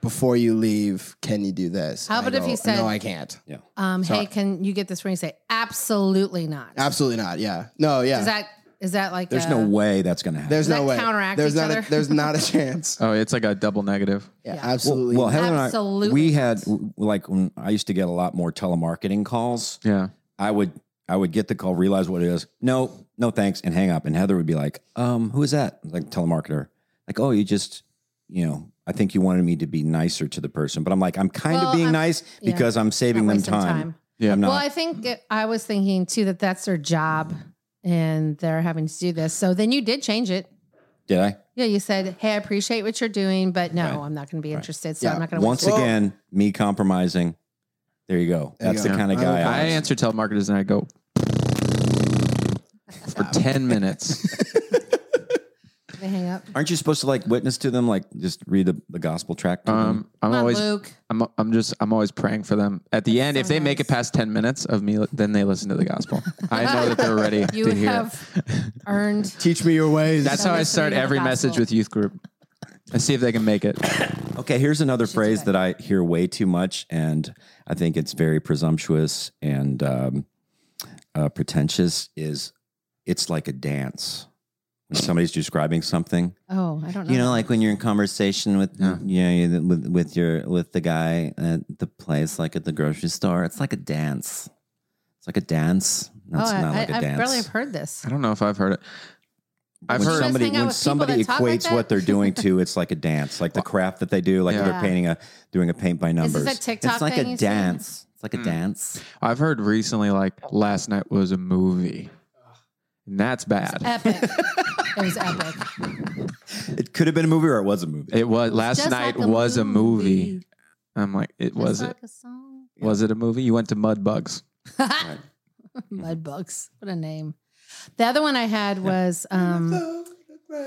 S3: before you leave, can you do this?
S2: How
S3: And I
S2: about if
S3: go,
S2: he said-
S3: no, I can't.
S2: Um,
S3: Sorry.
S2: hey, can you get this ring? Say absolutely not.
S3: Absolutely not. Yeah. No. Yeah.
S2: Is that is that like
S1: There's
S2: a-
S1: no way that's going to happen.
S3: there's
S2: does
S3: no
S2: that
S3: way.
S2: counteract
S3: there's
S2: each
S3: not.
S2: other?
S3: A, there's not a chance.
S4: Oh, it's like a double negative.
S3: Yeah.
S2: Yeah.
S3: Absolutely.
S1: Well, well Helen
S2: Absolutely
S1: and I, we had
S2: not.
S1: w- like when I used to get a lot more telemarketing calls.
S4: Yeah.
S1: I would I would get the call, realize what it is. No, no thanks, and hang up. And Heather would be like, um, who is that? Like telemarketer. Like, oh, you just, you know, I think you wanted me to be nicer to the person. But I'm like, I'm kind
S2: Well,
S1: of being
S2: I'm-
S1: nice
S2: yeah.
S1: because I'm saving
S2: Not
S1: them
S2: wasting
S1: time.
S4: Yeah.
S1: I'm not
S2: Well, I think it- I was thinking too that that's their job and they're having to do this. So then you did change it.
S1: did I?
S2: Yeah, you said, "Hey, I appreciate what you're doing, but no,
S1: Right.
S2: I'm not going to be interested. So
S3: Yeah.
S2: I'm not going to
S1: Once
S3: Well-
S1: again, me compromising. There you go.
S3: There you
S1: That's
S3: go.
S1: the kind of
S3: I
S1: guy
S3: would-
S4: I
S1: I, am.
S4: answer telemarketers and I go for ten minutes.
S2: They hang up.
S1: Aren't you supposed to like witness to them, like just read the, the gospel tract? to them?
S4: Um, I'm
S2: Come on,
S4: always,
S2: Luke.
S4: I'm, I'm just, I'm always praying for them. At the end,
S2: so
S4: if they make it
S2: nice.
S4: past ten minutes of me, then they listen to the gospel. I know that they're ready
S2: You
S4: to hear. it.
S2: have earned.
S3: Teach me your ways.
S4: That's
S2: So
S4: how I
S2: listen
S4: start
S2: to the
S4: every
S2: gospel.
S4: message with youth group. And see if they can make it.
S1: Okay, here's another phrase
S2: that.
S1: that I hear way too much, and I think it's very presumptuous and um, uh, pretentious. Is it's like a dance when somebody's describing something.
S2: Oh, I don't know.
S1: You know, like when you're in conversation with
S4: Yeah.
S1: you know you- with with your with the guy at the place, like at the grocery store. It's like a dance. It's like a dance.
S2: oh,
S1: That's
S2: I,
S1: not like a
S2: I, I've
S1: dance.
S2: barely have heard this.
S4: I don't know if I've heard it. I've
S1: when
S4: heard
S2: some-
S1: somebody
S2: hang out
S1: when
S2: with people
S1: somebody
S2: that talk like
S1: equates what
S2: that?
S1: they're doing to it's like a dance, like the craft that they do, like if
S4: Yeah.
S1: they're painting a doing a paint by
S2: this
S1: numbers.
S2: a TikTok
S1: it's like
S2: thing
S1: a
S2: you see?
S1: dance. It's like a
S4: Mm.
S1: dance.
S4: I've heard recently like last night was a movie. And that's bad.
S2: Epic. it was epic.
S1: It could have been a movie or it was a movie.
S4: It was last
S2: Just
S4: night
S2: like a
S4: was a movie.
S2: movie.
S4: I'm like, it
S2: Just
S4: was
S2: like
S4: it.
S2: a song.
S4: Was it a movie? You went to Mud Bugs.
S2: Mud bugs. What a name. The other one I had was um,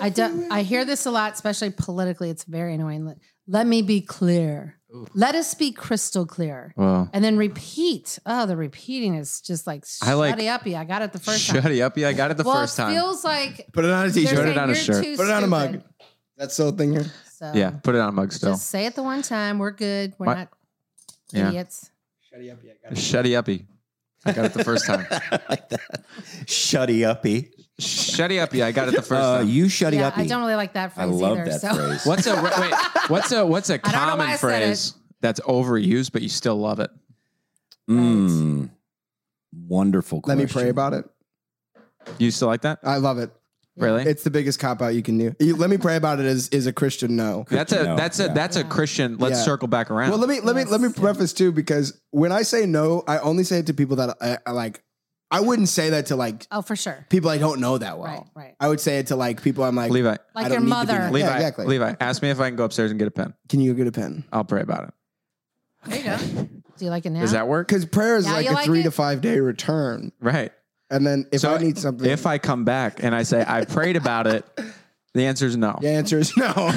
S2: I do, I hear this a lot, especially politically. It's very annoying. Let, let me be clear. Let us be crystal clear.
S4: Well,
S2: And then repeat. Oh, the repeating is just like
S4: I like-
S2: shutty uppy. I got it the first time.
S4: shutty up. Yeah, I got it the
S2: well,
S4: first
S2: it
S4: time.
S2: feels like
S3: Put it on a
S2: they're
S3: t-shirt.
S4: Put it
S2: saying
S4: on a
S2: you're
S4: shirt.
S2: too
S3: Put it on a mug.
S2: stupid.
S3: That's the whole thing here.
S2: So
S4: yeah, put it on a mug still.
S2: just say it the one time. We're good. We're
S4: My-
S2: not
S4: Yeah.
S2: idiots.
S3: Shutty up, yeah, got
S4: Shutty uppy. I got it the first time.
S1: I like that. Shutty uppy.
S4: Sh- shutty up. Yeah, I got it the first
S1: Uh,
S4: time.
S1: you shut
S2: yeah,
S1: up.
S2: I don't really like that
S1: I
S2: phrase
S1: love
S2: either.
S1: that
S2: so
S1: phrase.
S4: what's a re- wait? What's a what's a
S2: I don't know why
S4: common
S2: I said it.
S4: phrase that's overused but you still love it?
S1: Mm, wonderful.
S3: Let
S1: Question.
S3: me pray about it.
S4: You still like that?
S3: I love it.
S4: Really?
S3: It's the biggest cop out you can do. You- let me pray about it is is a Christian no.
S4: that's a
S1: No,
S4: that's
S1: yeah.
S4: a that's a
S2: Yeah.
S4: Christian. Let's
S3: Yeah.
S4: circle back around.
S3: Well, let me let me let me preface too because when I say no, I only say it to people that I, I like. I wouldn't say that to like
S2: Oh, for sure.
S3: people I don't know
S1: Oh,
S3: that well.
S2: Right, right.
S3: I would say it to like people I'm like.
S4: Levi,
S3: I
S2: Like your
S3: don't need to be
S2: mother.
S3: nice.
S4: Levi,
S3: Yeah, exactly.
S4: Levi, ask me if I can go upstairs and get a pen.
S3: Can you go get a pen?
S4: I'll pray about it.
S2: There you go. Do you like it now?
S4: Does that work?
S3: Because prayer is
S2: Now
S3: like
S2: you
S3: a
S2: like
S3: three
S2: it?
S3: to five day return,
S4: Right.
S3: and then if
S4: So
S3: I need something,
S4: If I come back and I say I prayed about it, the answer is no.
S3: the answer is no.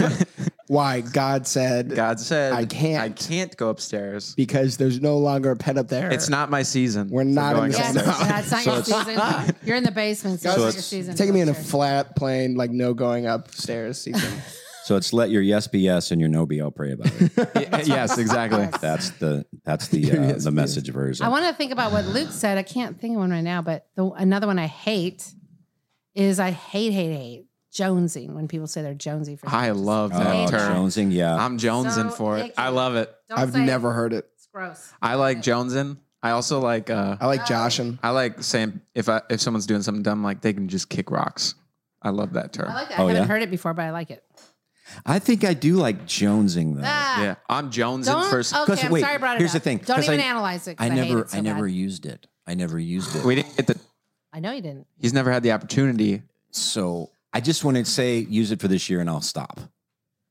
S3: Why God said
S4: God said
S3: I can't.
S4: I can't go upstairs.
S3: because there's no longer a pet up there.
S4: It's not my season.
S3: We're
S4: for
S3: not in
S4: going
S3: the
S2: Yes,
S3: same
S4: upstairs.
S3: house.
S2: that's not
S4: So
S2: your
S4: it's-
S2: season. You're in the basement. So,
S3: So
S2: it's not
S3: it's
S2: your season.
S3: taking me in a
S2: Sure.
S3: flat plane, like no going upstairs season.
S1: So it's let your yes be yes and your no be. I'll pray about it.
S4: Y- yes, exactly.
S2: Yes.
S1: That's the that's the uh,
S3: Your yes
S1: the
S3: be
S1: message version.
S2: I want to think about what Luke said. I can't think of one right now, but the, another one I hate is I hate, hate, hate jonesing when people say they're jonesy for
S4: I
S2: things.
S4: love
S1: oh,
S4: that
S2: Later.
S4: term.
S1: jonesing. Yeah.
S4: I'm jonesing
S2: So
S4: for it. I
S2: icky.
S4: love it.
S2: Don't
S3: I've
S2: say it.
S3: never heard it.
S2: It's gross.
S4: I like jonesing. I also like uh
S3: I like Josh and
S2: Oh.
S4: I like saying if I if someone's doing something dumb like they can just kick rocks. I love that term.
S2: I like that.
S1: Oh,
S2: I haven't
S1: yeah?
S2: heard it before, but I like it.
S1: I think I do like jonesing though.
S2: Ah,
S4: yeah. I'm jonesing
S2: Don't,
S4: for s-
S2: okay, I'm
S1: wait,
S2: sorry I brought it
S1: here's the
S2: up.
S1: thing,
S2: Don't
S1: 'cause
S2: even
S1: I-
S2: analyze it. 'cause
S1: I
S2: hate
S1: never
S2: it so
S1: I never
S2: bad.
S1: used it. I never used it.
S4: we didn't get the
S2: I know you didn't.
S4: he's never had the opportunity.
S1: So I just want to say use it for this year and I'll stop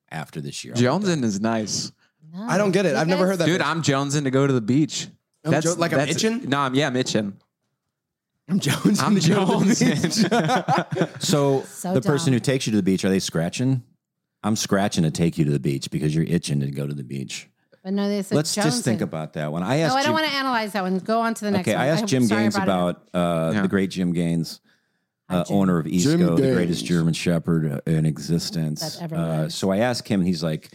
S1: after this year.
S4: Jonesing is nice.
S2: No.
S3: I don't get it.
S2: You
S3: I've never
S2: guys-
S3: heard that.
S4: Dude, I'm jonesing to go to the beach.
S3: I'm jo- like I'm itching?
S4: No, I'm yeah, I'm itching.
S3: I'm Jones.
S4: I'm
S3: to go to the
S4: jonesing.
S1: So,
S2: So
S1: the person
S2: dumb.
S1: who takes you to the beach, are they scratching? I'm scratching to take you to the beach because you're itching to go to the beach.
S2: But no, they said
S1: Let's just think
S2: jonesing.
S1: about that one. I asked
S2: No, I don't
S1: Jim-
S2: want to analyze that one. Go on to the next
S1: Okay,
S2: one.
S1: I asked
S2: I'm
S1: Jim
S2: sorry I
S1: Gaines
S2: brought it up.
S1: about uh,
S4: Yeah.
S1: the great Jim Gaines,
S2: Hi,
S1: uh,
S2: Jim.
S1: owner of East
S3: Jim
S1: Go, the
S3: Gaines.
S1: greatest German Shepherd uh, in existence.
S2: That ever
S1: Uh,
S2: lived.
S1: so I asked him, and he's like,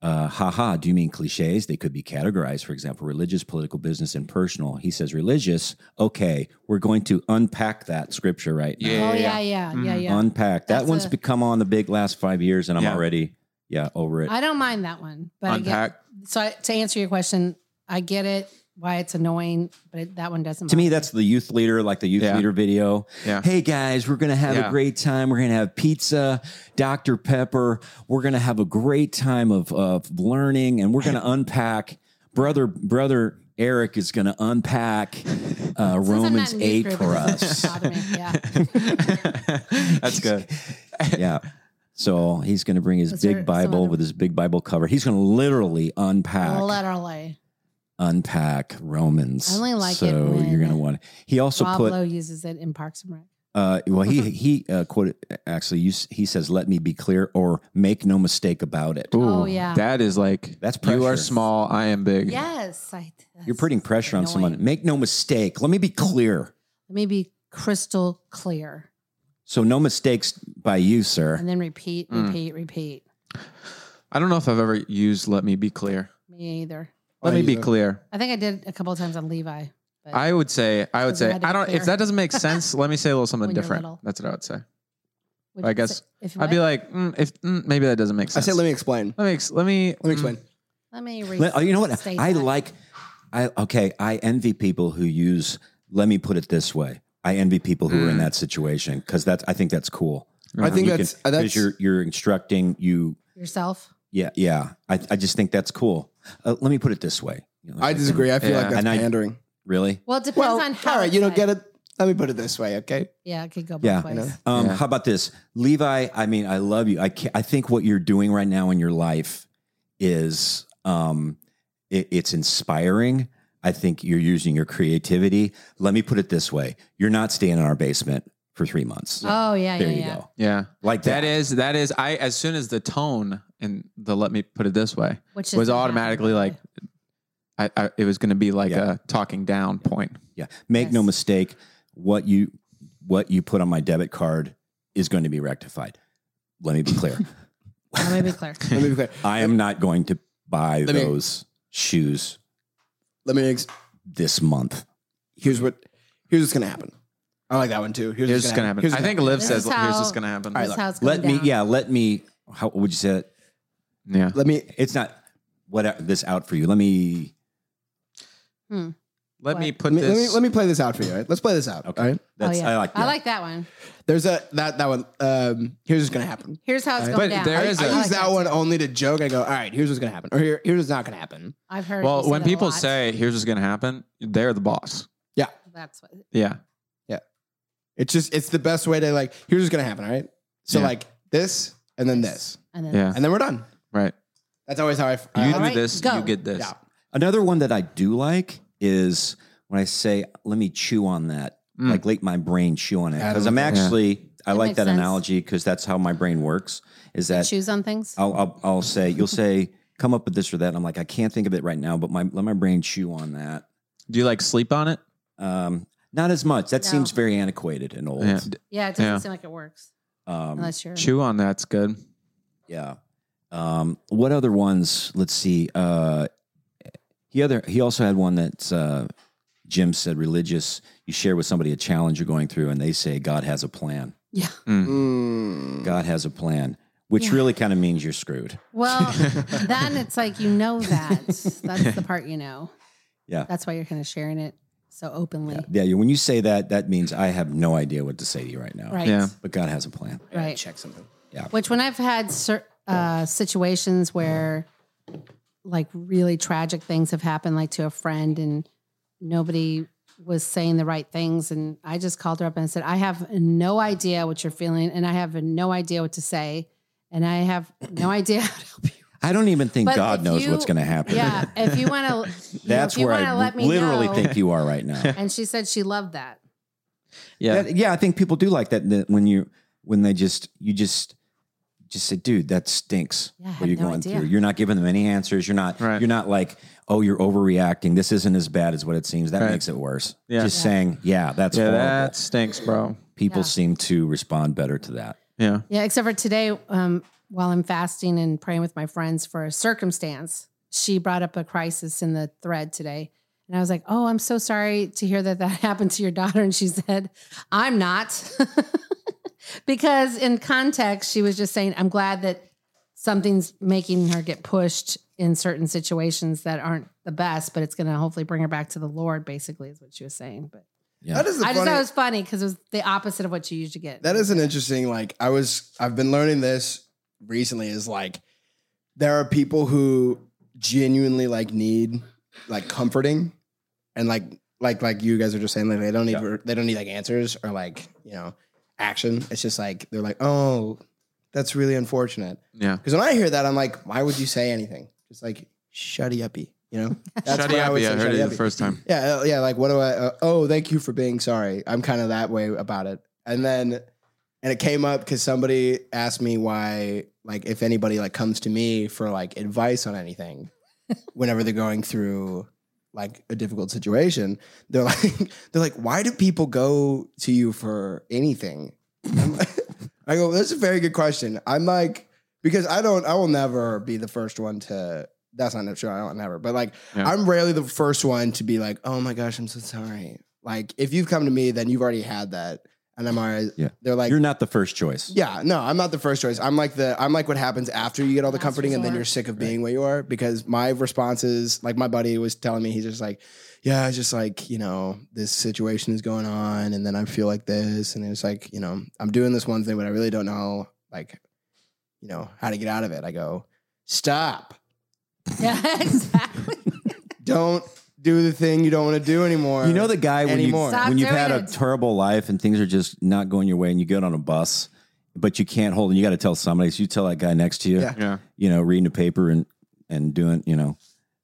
S1: uh, haha, do you mean cliches? They could be categorized, for example, religious, political, business, and personal. He says, religious, okay, we're going to unpack that scripture right now.
S4: Yeah,
S2: oh,
S4: yeah,
S2: yeah, yeah, yeah,
S4: Mhm.
S2: yeah.
S1: Unpack. that
S2: That's
S1: one's
S2: a-
S1: become on the big last five years, and I'm
S4: Yeah.
S1: already, yeah, over it.
S2: I don't mind that one. But again,
S4: Unpack.
S2: so I, to answer your question, I get it why it's annoying, but it, that one doesn't.
S1: to me,
S2: bother
S1: that's the youth leader, like the youth
S4: Yeah.
S1: leader video.
S4: Yeah.
S1: Hey guys, we're gonna have
S4: Yeah.
S1: a great time. We're gonna have pizza, Dr. Pepper. We're gonna have a great time of of learning, and we're gonna unpack. Brother, brother Eric is gonna unpack uh,
S2: Since I'm not
S1: Romans
S2: in youth
S1: eight
S2: group,
S1: for
S2: it doesn't
S1: us.
S2: bother me. Yeah.
S4: That's good.
S1: yeah. So he's going to bring his
S2: Was there
S1: big
S2: some
S1: Bible
S2: other-
S1: with his big Bible cover. He's going to literally unpack
S2: Literally.
S1: unpack Romans.
S2: I only like it
S1: so you're
S2: when
S1: going to want. He also
S2: Rob
S1: put
S2: Lowe uses it in Parks and Rec.
S1: Uh, well, he he uh, quoted actually. You, s- he says, "Let me be clear, or make no mistake about it."
S2: Oh,
S4: Ooh,
S2: yeah.
S4: That is like
S1: That's
S4: you are
S1: pressure.
S4: small, I am big.
S2: Yes. I,
S1: You're putting pressure on someone.
S2: annoying.
S1: Make no mistake. Let me be clear.
S2: Let me be crystal clear
S1: So no mistakes by you, sir.
S2: and then repeat,
S4: Mm.
S2: repeat, repeat.
S4: I don't know if I've ever used let me be clear.
S2: Me either.
S4: Let
S3: I
S4: me
S3: use
S4: be
S3: it.
S4: clear.
S2: I think I did a couple of times on Levi. But
S4: I would say I would
S2: Doesn't
S4: say
S2: have to
S4: I
S2: be
S4: don't if
S2: clear.
S4: that doesn't make sense, let me say a little something
S2: When you're
S4: different.
S2: little.
S4: That's what I would say.
S2: would
S4: I
S2: you
S4: guess
S2: say- if
S4: I'd be like, mm, if mm, maybe that doesn't make
S3: I
S4: sense.
S3: said, let me explain.
S4: let me ex- let me
S3: Let me explain.
S2: let me
S1: Let- oh, you know what?
S2: restate
S1: I
S2: that.
S1: like. I okay. I envy people who use. Let me put it this way. I envy people who are
S4: Mm.
S1: in that situation because that's. I think that's cool.
S3: I think that's uh,
S1: because
S3: that's
S1: you're you're instructing you.
S2: yourself.
S1: Yeah, yeah. I I just think that's cool. Uh, let me put it this way. You know,
S3: I
S1: like,
S3: disagree. I feel
S4: Yeah.
S3: like that's
S1: And I-
S3: pandering.
S1: Really?
S2: Well, it depends
S3: Well,
S2: on how.
S3: all right, you don't
S2: said.
S3: get it. Let me put it this way, okay?
S2: Yeah, it could go both
S1: Yeah.
S2: ways.
S3: You know?
S1: Um,
S4: Yeah.
S1: How about this, Levi? I mean, I love you. I ca I think what you're doing right now in your life is um, it, it's inspiring. I think you're using your creativity. Let me put it this way: you're not staying in our basement for three months.
S2: Oh yeah,
S1: there
S2: yeah,
S1: you
S2: yeah.
S1: go.
S4: Yeah.
S1: Like that.
S4: That is that is I as soon as the tone and the let me put it this way
S2: Which
S4: was
S2: doesn't happen, by
S4: automatically
S2: the
S4: like
S2: way.
S4: I, I it was going to be like
S1: Yeah.
S4: a talking down point.
S1: yeah. Make no
S2: Yes.
S1: mistake. What you what you put on my debit card is going to be rectified. Let me be clear.
S2: Let me be clear.
S3: Let me be clear.
S1: I am not going to buy
S3: Let me-
S1: those shoes
S3: Let me ex-
S1: this month.
S3: here's what here's what's gonna happen. I like that one too. Here's,
S4: Here's
S3: what's
S4: what's gonna happen. I think Liv
S2: This
S4: says
S2: is
S4: here's
S2: how-
S4: what's gonna happen.
S2: This is
S3: Alright, look,
S2: how it's going
S1: Let me,
S2: down.
S1: yeah, let me, how would you say that?
S4: Yeah.
S3: Let me.
S1: It's not what this out for you. Let me,
S4: Let me
S2: What?
S4: put
S3: Let me, let, me,
S4: this.
S3: let me play this out for you. all Right? Let's play this out.
S1: Okay.
S3: all right?
S1: that's,
S2: oh, yeah.
S1: I like that.
S2: I like that one.
S3: There's a that that one. Um, here's what's gonna happen.
S2: Here's how it's
S3: But
S2: going
S4: there
S2: down.
S3: I, I
S4: is
S3: use
S4: a- I like
S3: that one only to joke. I go, all right, here's what's gonna happen, or here, here's what's not gonna happen.
S2: I've heard. you
S4: well,
S2: say
S4: when
S2: that a
S4: people
S2: lot.
S4: say here's what's gonna happen, they're the boss.
S2: that's what
S4: Yeah.
S3: It's just it's the best way to like. Here's what's gonna happen. All right. So
S4: Yeah.
S3: like this and then this
S2: and then
S4: Yeah.
S3: and then we're done.
S4: Right.
S3: That's always how I. f-
S4: You
S3: I-
S4: do
S2: Alright,
S4: this,
S2: go.
S4: you get this.
S3: Yeah.
S1: Another one that I do like is when I say, let me chew on that,
S4: Mm.
S1: like let my brain chew on it.
S3: I
S1: Because
S3: don't-
S1: I'm
S3: yeah.
S1: actually, I
S2: That
S1: like
S2: makes
S1: that
S2: sense.
S1: analogy because that's how my brain works is that
S2: shoes on things.
S1: I'll, I'll, I'll say, you'll say, come up with this or that. And I'm like, I can't think of it right now, but my, let my brain chew on that.
S4: Do you like sleep on it?
S1: Um, not as much. That
S2: No.
S1: seems very antiquated and old.
S4: Yeah.
S2: Yeah, it doesn't
S4: Yeah.
S2: seem like it works
S1: Um,
S2: unless you're.
S4: Chew on that's good.
S1: yeah. Um, what other ones? Let's see. Uh, he other he also had one that's uh, Jim said religious. You share with somebody a challenge you're going through, and they say God has a plan.
S2: Yeah.
S4: Mm.
S3: Mm.
S1: God has a plan, which
S2: Hmm. Yeah.
S1: really kind of means you're screwed.
S2: Well, then it's like you know that. That's the part you know.
S1: Yeah.
S2: That's why you're kind of sharing it so openly.
S1: Yeah, you- when you say that, that means I have no idea what to say to you right now.
S2: Right.
S4: Yeah.
S1: But God has a plan.
S3: I gotta
S2: Right.
S3: Check something.
S2: Which when I've had cer- uh, situations where like really tragic things have happened, like to a friend, and nobody was saying the right things, and I just called her up and said, "I have no idea what you're feeling, and I have no idea what to say, and I have no idea how to help you."
S1: I don't even think
S2: But
S1: God
S2: if
S1: knows
S2: you-
S1: what's going to happen.
S2: Yeah, if you want to,
S1: That's where I
S2: let me
S1: literally
S2: know,
S1: think you are right now.
S2: And she said she loved that.
S4: Yeah.
S1: That- yeah, I think people do like that, that when you when they just you just just say, dude, that stinks.
S2: Yeah, I
S1: what
S2: had
S1: you're
S2: no
S1: going
S2: idea.
S1: through. You're not giving them any answers. You're not
S4: Right.
S1: you're not like, oh, you're overreacting. This isn't as bad as what it seems. That
S4: Right.
S1: makes it worse.
S4: Yeah.
S1: Just
S2: Yeah.
S1: saying, yeah, that's
S4: yeah,
S1: horrible.
S4: that stinks, bro.
S1: people
S2: Yeah.
S1: seem to respond better to that.
S4: Yeah.
S2: Yeah, except for today, um, while I'm fasting and praying with my friends for a circumstance, she brought up a crisis in the thread today. And I was like, oh, I'm so sorry to hear that that happened to your daughter. And she said, I'm not. because in context, she was just saying, I'm glad that something's making her get pushed in certain situations that aren't the best, but it's going to hopefully bring her back to the Lord, basically, is what she was saying. But
S1: Yeah.
S3: That is the
S2: I just
S3: funny-
S2: thought it was funny because it was the opposite of what you usually get.
S3: That is an interesting like I was I've been learning this recently is like there are people who genuinely like need like comforting and like like like you guys are just saying like they don't need they don't need like answers or like you know action it's just like they're like oh that's really unfortunate
S4: Yeah.
S3: because when I hear that I'm like why would you say anything just like shutty uppy you know
S4: Shut
S3: what
S4: it up.
S3: would
S4: Yeah, I
S3: say,
S4: heard
S3: "Shutty
S4: it the
S3: uppy."
S4: first time.
S3: Yeah, uh, yeah. Like, what do I? Uh, oh, thank you for being sorry. I'm kind of that way about it. And then, and it came up because somebody asked me why, like, if anybody like comes to me for like advice on anything, whenever they're going through like a difficult situation, they're like, they're like, why do people go to you for anything? I'm like- I go, that's a very good question. I'm like, because I don't, I will never be the first one to. That's not true. I don't never, but like,
S4: Yeah.
S3: I'm rarely the first one to be like, oh my gosh, I'm so sorry. Like, if you've come to me, then you've already had that, and I'm already.
S1: Yeah.
S3: They're like,
S1: you're not the first choice.
S3: yeah, no, I'm not the first choice. I'm like the I'm like what happens after you get all the
S2: Last
S3: comforting and then
S2: resort.
S3: you're sick of being where you are because my responses, like my buddy was telling me, he's just like, yeah, it's just like you know this situation is going on and then I feel like this and it's like you know I'm doing this one thing but I really don't know like you know how to get out of it. I go stop,
S2: yeah, exactly.
S3: don't do the thing you don't want to do anymore.
S1: You know the guy when you
S3: anymore.
S2: Stop
S1: when you've
S2: doing
S1: had a
S2: it.
S1: terrible life and things are just not going your way, and you get on a bus, but you can't hold, and you got to tell somebody. So you tell that guy next to you,
S3: Yeah.
S4: Yeah.
S1: you know, reading the paper and and doing, you know,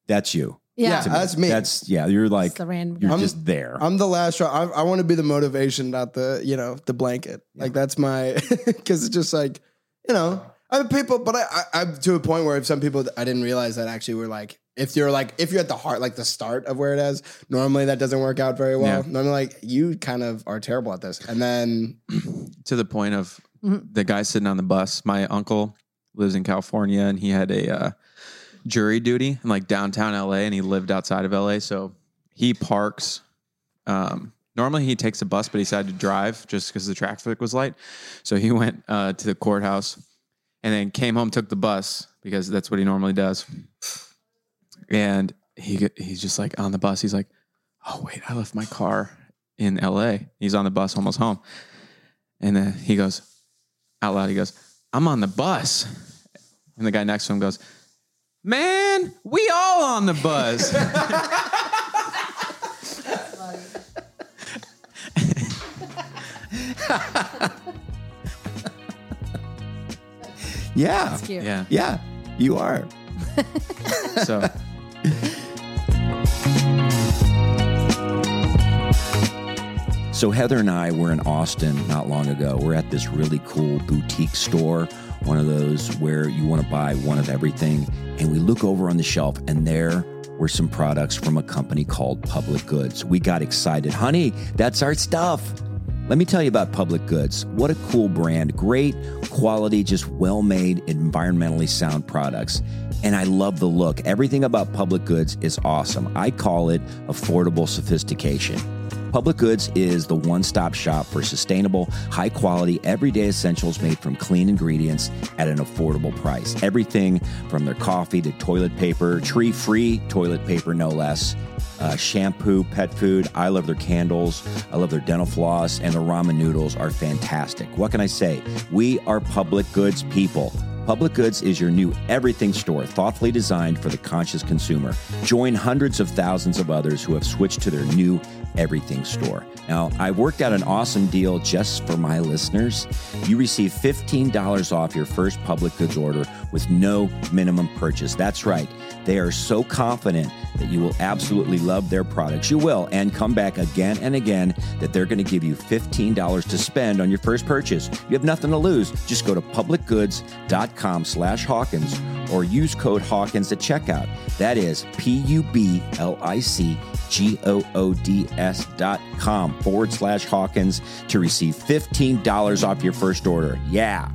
S1: that's you.
S3: yeah,
S2: Yeah.
S1: to
S3: that's me.
S1: That's yeah. You're
S2: It's
S1: like
S2: the random
S1: you're
S2: guy.
S3: I'm-
S1: just there.
S3: I'm the last straw. I, I want to be the motivation, not the you know the blanket. Like that's my because it's just like you know I'm people, but I, I I'm to a point where if some people I didn't realize that actually were like if you're like if you're at the heart like the start of where it is normally that doesn't work out very well.
S4: Yeah.
S3: Normally like you kind of are terrible at this, and then
S4: to the point of
S2: Mhm.
S4: the guy sitting on the bus. My uncle lives in California and he had a uh, jury duty in like downtown LA and he lived outside of LA. So he parks um, Normally he takes a bus, but he decided to drive just because the traffic was light. So he went uh, to the courthouse and then came home, took the bus because that's what he normally does. And he he's just like on the bus. He's like, oh wait, I left my car in L.A. He's on the bus, almost home. And then he goes out loud. He goes, I'm on the bus. And the guy next to him goes, Man, we all on the bus.
S1: Yeah.
S2: Cute.
S4: yeah.
S1: Yeah. You are.
S4: So
S1: So Heather and I were in Austin not long ago. We're at this really cool boutique store, one of those where you want to buy one of everything. And we look over on the shelf, and there were some products from a company called Public Goods. We got excited. Honey, that's our stuff. Let me tell you about Public Goods. What a cool brand. Great quality, just well made, environmentally sound products. And I love the look. Everything about Public Goods is awesome. I call it affordable sophistication. Public Goods is the one stop shop for sustainable, high quality, everyday essentials made from clean ingredients at an affordable price. Everything from their coffee to toilet paper, tree free toilet paper, no less uh, shampoo, pet food. I love their candles. I love their dental floss, and their ramen noodles are fantastic. What can I say? We are public goods people. Public Goods is your new everything store, thoughtfully designed for the conscious consumer. Join hundreds of thousands of others who have switched to their new everything store. Now, I worked out an awesome deal just for my listeners. You receive $15 off your first public goods order with no minimum purchase. That's right. They are so confident that you will absolutely love their products. You will, and come back again and again that they're going to give you $15 to spend on your first purchase. You have nothing to lose. Just go to publicgoods.com slash Hawkins or use code Hawkins at checkout. That is P-U-B-L-I-C-G-O-O-D-S dot com forward slash Hawkins to receive $15 off your first order. Yeah.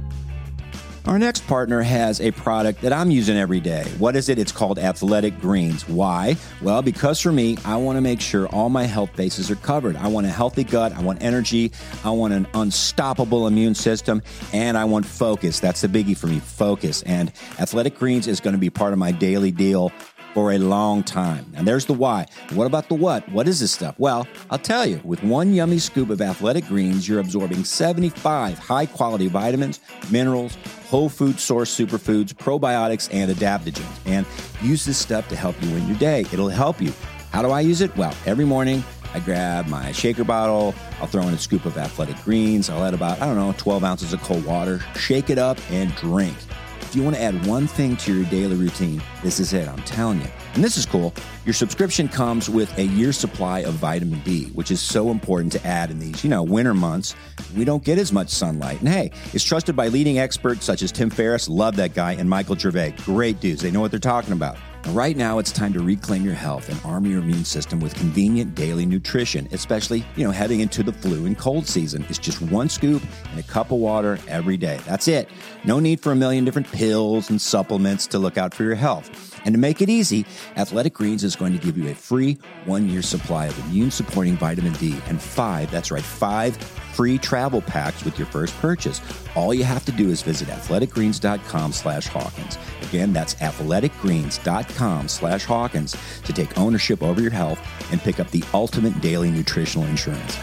S1: Our next partner has a product that I'm using every day. What is it? It's called Athletic Greens. Why? Well, because for me, I want to make sure all my health bases are covered. I want a healthy gut, I want energy, I want an unstoppable immune system, and I want focus. That's the biggie for me focus. And Athletic Greens is going to be part of my daily deal for a long time. And there's the why. What about the what? What is this stuff? Well, I'll tell you. With one yummy scoop of athletic greens, you're absorbing 75 high quality vitamins, minerals, whole food source superfoods, probiotics, and adaptogens. And use this stuff to help you in your day. It'll help you. How do I use it? Well, every morning, I grab my shaker bottle. I'll throw in a scoop of athletic greens. I'll add about, I don't know, 12 ounces of cold water, shake it up, and drink. If you want to add one thing to your daily routine, this is it, I'm telling you. And this is cool. Your subscription comes with a year's supply of vitamin D, which is so important to add in these, you know, winter months. We don't get as much sunlight. And hey, it's trusted by leading experts such as Tim Ferriss, love that guy, and Michael Gervais. Great dudes. They know what they're talking about. And Right now, it's time to reclaim your health and arm your immune system with convenient daily nutrition, especially, you know, heading into the flu and cold season. It's just one scoop and a cup of water every day. That's it. No need for a million different pills and supplements to look out for your health. And to make it easy, Athletic Greens is going to give you a free one year supply of immune supporting vitamin D and five, that's right, five free travel packs with your first purchase. All you have to do is visit athleticgreens.com slash Hawkins. Again, that's athleticgreens.com slash Hawkins to take ownership over your health and pick up the ultimate daily nutritional insurance.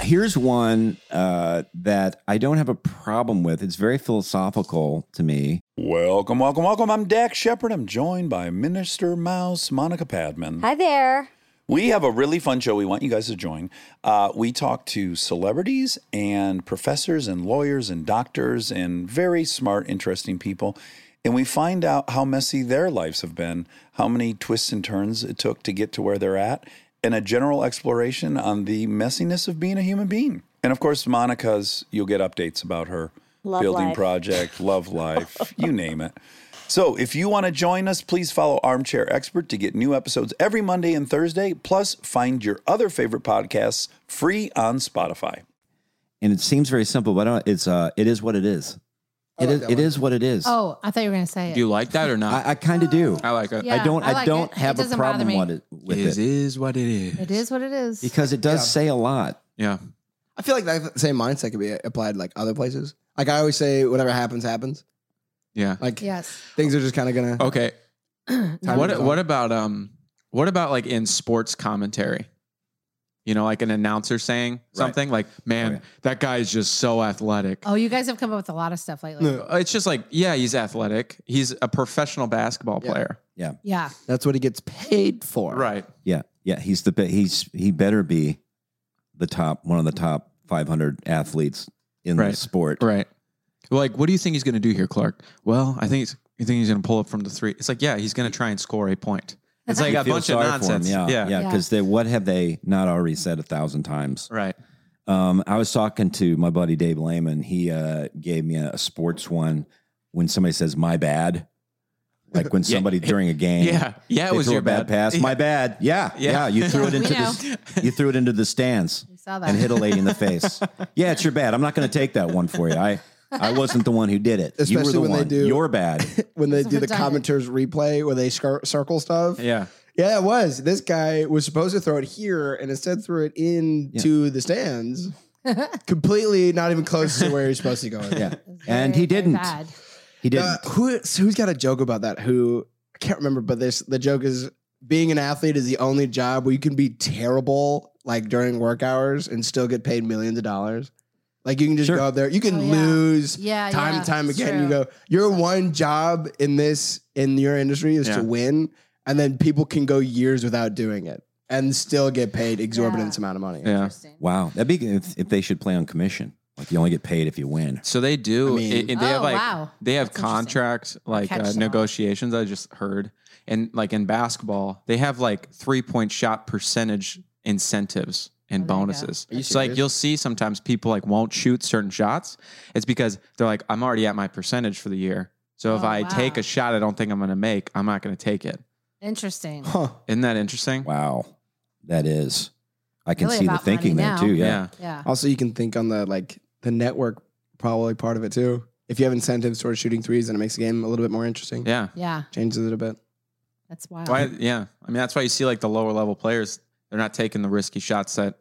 S1: Here's one uh, that I don't have a problem with. It's very philosophical to me.
S6: Welcome, welcome, welcome. I'm Dak Shepard. I'm joined by Minister Mouse Monica Padman.
S7: Hi there.
S6: We have a really fun show we want you guys to join. Uh, we talk to celebrities and professors and lawyers and doctors and very smart, interesting people. And we find out how messy their lives have been, how many twists and turns it took to get to where they're at, and a general exploration on the messiness of being a human being. And of course, Monica's, you'll get updates about her
S7: Love
S6: building
S7: life.
S6: project, love life, you name it. So if you want to join us, please follow Armchair Expert to get new episodes every Monday and Thursday. Plus, find your other favorite podcasts free on Spotify.
S1: And it seems very simple, but I don't, it's uh, it is what it is. It is. It is what it is.
S2: Oh, I thought you were going to say it.
S4: Do you like that or not?
S1: I, I kind of do.
S4: I, like it.
S2: Yeah,
S1: I don't.
S2: I
S1: I,
S2: like
S1: don't
S2: it. It
S1: have a
S2: doesn't bother
S1: problem
S2: me.
S1: with it, with
S4: It
S1: it
S4: is what it is.
S2: it is what it is.
S1: because it does
S3: Yeah.
S1: say a lot.
S4: Yeah.
S3: I feel like that same mindset could be applied like other places. Like I always say, whatever happens, happens.
S4: Yeah.
S3: Like
S2: yes.
S3: things are just kind of gonna.
S4: Okay.
S3: Time
S4: what
S3: moves
S4: what
S3: on.
S4: about um what about like in sports commentary? You know, like an announcer saying something like, "Man,
S1: yeah.
S4: that guy is just so athletic."
S2: Oh, you guys have come up with a lot of stuff lately.
S4: It's just like, yeah, he's athletic. He's a professional basketball
S3: Yeah.
S4: player.
S2: Yeah.
S3: That's what he gets paid for.
S4: Right.
S1: Yeah, yeah. He's the be- he's he better be the top one of the top 500 athletes in
S4: Right.
S1: the sport.
S4: Right. Well, Like, what do you think he's going to do here, Clark? Well, I think he's, you think he's going to pull up from the three. It's like, yeah, he's going to try and score a point. It's like
S1: You
S4: a
S1: feel
S4: bunch of
S1: sorry for him,
S4: nonsense.
S1: Yeah, yeah.
S2: Yeah.
S1: Because what have they not already said a thousand times?
S4: Right.
S1: Um, I was talking to my buddy Dave Lehman. He uh, gave me a, a sports one when somebody says "my bad," like when
S4: Yeah.
S1: somebody during a game.
S4: Yeah. Yeah. It
S1: they
S4: was
S1: threw
S4: your
S1: a bad, pass. My bad. Yeah,
S4: Yeah.
S1: yeah. You threw it
S2: We
S1: into
S2: know.
S1: the you threw it into the stands
S2: We saw that.
S1: and hit a lady in the face. Yeah, it's your bad. I'm not going to take that one for you. I I wasn't the one who did it. you were
S3: Especially
S1: the
S3: when they
S1: one.
S3: do-
S1: You're bad.
S3: When they do the
S2: redundant.
S3: commenters replay where they scir- circle stuff.
S4: Yeah.
S3: Yeah, it was. This guy was supposed to throw it here and instead threw it into the stands. Completely not even close to where he's supposed to go.
S1: Yeah,
S2: It's
S1: and
S2: very, very
S1: he didn't.
S2: bad.
S1: He didn't.
S3: Uh, who who's got a joke about that? Who I can't remember, but this the joke is being an athlete is the only job where you can be terrible like during work hours and still get paid millions of dollars. Like you can just
S1: Sure.
S3: go out there, you can
S2: Oh, yeah.
S3: lose
S2: Yeah.
S3: time
S2: yeah,
S3: and time
S2: it's
S3: again.
S2: true.
S3: You go, your one job in this in your industry is
S4: Yeah.
S3: to win, and then people can go years without doing it and still get paid exorbitant
S2: Yeah.
S3: amount of money.
S4: Yeah.
S2: Interesting.
S1: wow, that'd be good if, if they should play on commission. Like you only get paid if you win.
S4: So they do.
S3: I mean-
S4: it- it- they
S2: oh,
S4: have like
S2: wow.
S4: they have
S2: That's interesting.
S4: contract like
S2: Catch
S4: uh,
S2: that.
S4: negotiations. I just heard, and like in basketball, they have like three point shot percentage incentives
S2: Oh, there
S4: and
S2: you go.
S4: bonuses.
S3: Are you
S4: It's like
S3: serious?
S4: you'll see sometimes people like won't shoot certain shots. It's because they're like, I'm already at my percentage for the year. So if
S2: Oh,
S4: I take
S2: wow.
S4: a shot, I don't think I'm going to make. I'm not going to take it.
S2: Interesting.
S3: Huh.
S4: Isn't that interesting?
S1: Wow, that is. I can
S2: Really
S1: see the
S2: about
S1: thinking
S2: money
S1: there
S2: now.
S1: too. Yeah.
S4: yeah.
S2: Yeah.
S3: Also, you can think on the like the network probably part of it too. If you have incentives towards shooting threes, then it makes the game a little bit more interesting.
S4: Yeah.
S2: Yeah.
S3: Changes it a bit.
S2: That's wild.
S4: Why? Yeah. I mean, that's why you see like the lower level players. They're not taking the risky shots that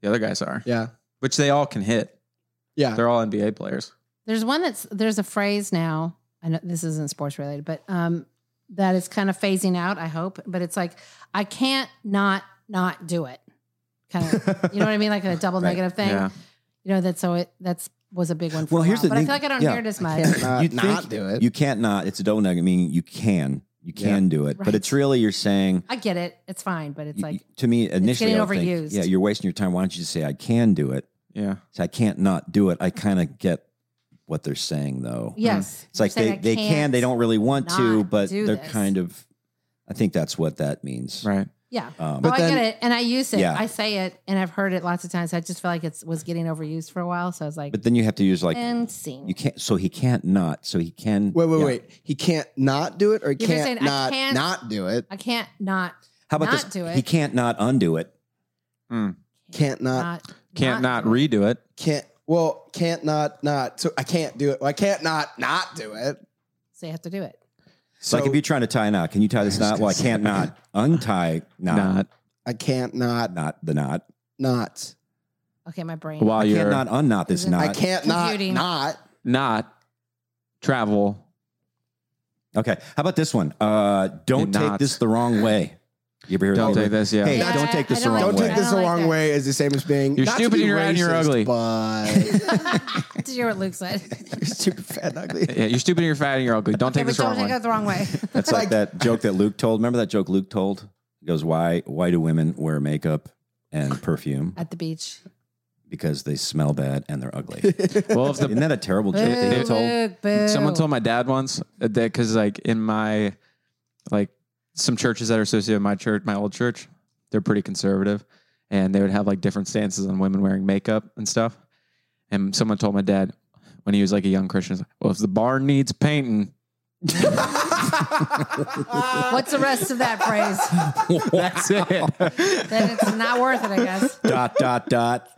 S4: the other guys are,
S3: Yeah.
S4: which they all can hit.
S3: Yeah.
S4: They're all NBA players.
S2: There's one that's there's a phrase now. I know this isn't sports related, but um, that is kind of phasing out. I hope, but it's like I can't not not do it. Kind of, you know what I mean? Like a double
S1: Right.
S2: negative thing.
S4: Yeah.
S2: You know that's so it that's was a big one. For
S1: Well,
S2: a
S1: here's
S2: while,
S1: the
S2: but
S1: thing-
S2: I feel like I don't
S1: yeah.
S2: hear it as much.
S3: can't not-
S1: You'd
S3: not
S1: think
S3: do it.
S1: You can't not. It's a double negative. I mean, you can. You can do it,
S2: Right.
S1: but it's really you're saying.
S2: I get it. It's fine, but it's
S1: you-
S2: like
S1: to me initially,
S2: getting
S1: I would think,
S2: overused.
S1: yeah, you're wasting your time. Why don't you just say I can do it?
S4: Yeah.
S1: So I can't not do it. I kind of get what they're saying though.
S4: Mm-hmm.
S2: yes,
S1: It's
S2: You're
S1: like they,
S2: saying I
S1: they can,
S2: can't
S1: they don't really want to,
S2: not
S1: but
S2: do
S1: they're
S2: this.
S1: kind of, I think that's what that means.
S4: Right.
S2: Yeah.
S1: Um,
S2: But
S3: But
S2: oh, I
S3: then-
S2: get it, and I use it.
S1: Yeah.
S2: I say it, and I've heard it lots of times. I just feel like it was getting overused for a while, so I was like,
S1: But then you have to use like,
S2: and scene.
S1: you can't, so he can't not, so he can.
S3: Wait, wait,
S1: yeah.
S3: wait. He can't not do it, or he
S2: You're
S3: can't
S2: saying I
S3: not
S2: can't-
S3: not do it.
S2: I can't not
S1: How about
S2: Not
S1: this?
S2: do it.
S1: He can't not undo it.
S3: Can't not,
S4: Hmm. Can't not, redo it.
S3: can't. Well, can't not not. So I can't do it. Well, I can't not not do it.
S2: So you have to do it.
S3: So
S1: So like if you're trying to tie a knot, can you tie this knot? Well, I can't not untie knot,
S4: Not
S3: I can't not
S1: not the knot.
S3: not.
S2: Okay, my brain.
S4: while
S1: I
S4: you're
S1: can't not unknot this
S2: Isn't-
S1: knot.
S3: I can't
S2: Computing.
S3: not not.
S4: not travel.
S1: Okay. How about this one? Uh, don't
S4: Did
S1: take
S4: not.
S1: this the wrong way. You ever hear
S4: Don't
S1: that?
S4: take this. Yeah.
S1: Hey,
S2: Yeah,
S1: don't take this
S2: I
S1: the
S2: don't
S1: wrong
S3: Don't
S1: way.
S3: take this
S2: I
S3: the
S2: don't like
S3: wrong
S2: that.
S3: way is the same as being
S4: You're
S3: not to
S4: stupid
S3: be
S4: and you're out and you're
S3: racist,
S4: ugly.
S3: But
S2: Did you hear what Luke said?
S3: you're stupid, fat, and ugly.
S4: Yeah, you're stupid and you're fat and you're ugly. Don't
S2: Okay,
S4: take
S2: but
S4: this
S2: don't
S4: wrong
S2: take
S4: way.
S2: it the wrong way.
S1: That's like that joke that Luke told. Remember that joke Luke told? He goes, "Why why do women wear makeup and perfume?
S2: At the beach.
S1: Because they smell bad and they're ugly."
S4: Well, if
S1: Isn't
S4: the,
S1: that a terrible joke?
S2: Boo,
S1: that he
S4: Luke,
S1: told?
S2: boo.
S4: someone told my dad once that because like in my like some churches that are associated with my church, my old church, they're pretty conservative, and they would have like different stances on women wearing makeup and stuff. And someone told my dad when he was like a young Christian, he's like, "Well, if the barn needs painting,
S1: Ah.
S2: What's the rest of that phrase?
S4: that's it."
S2: then it's not worth it, I guess.
S1: Dot dot dot.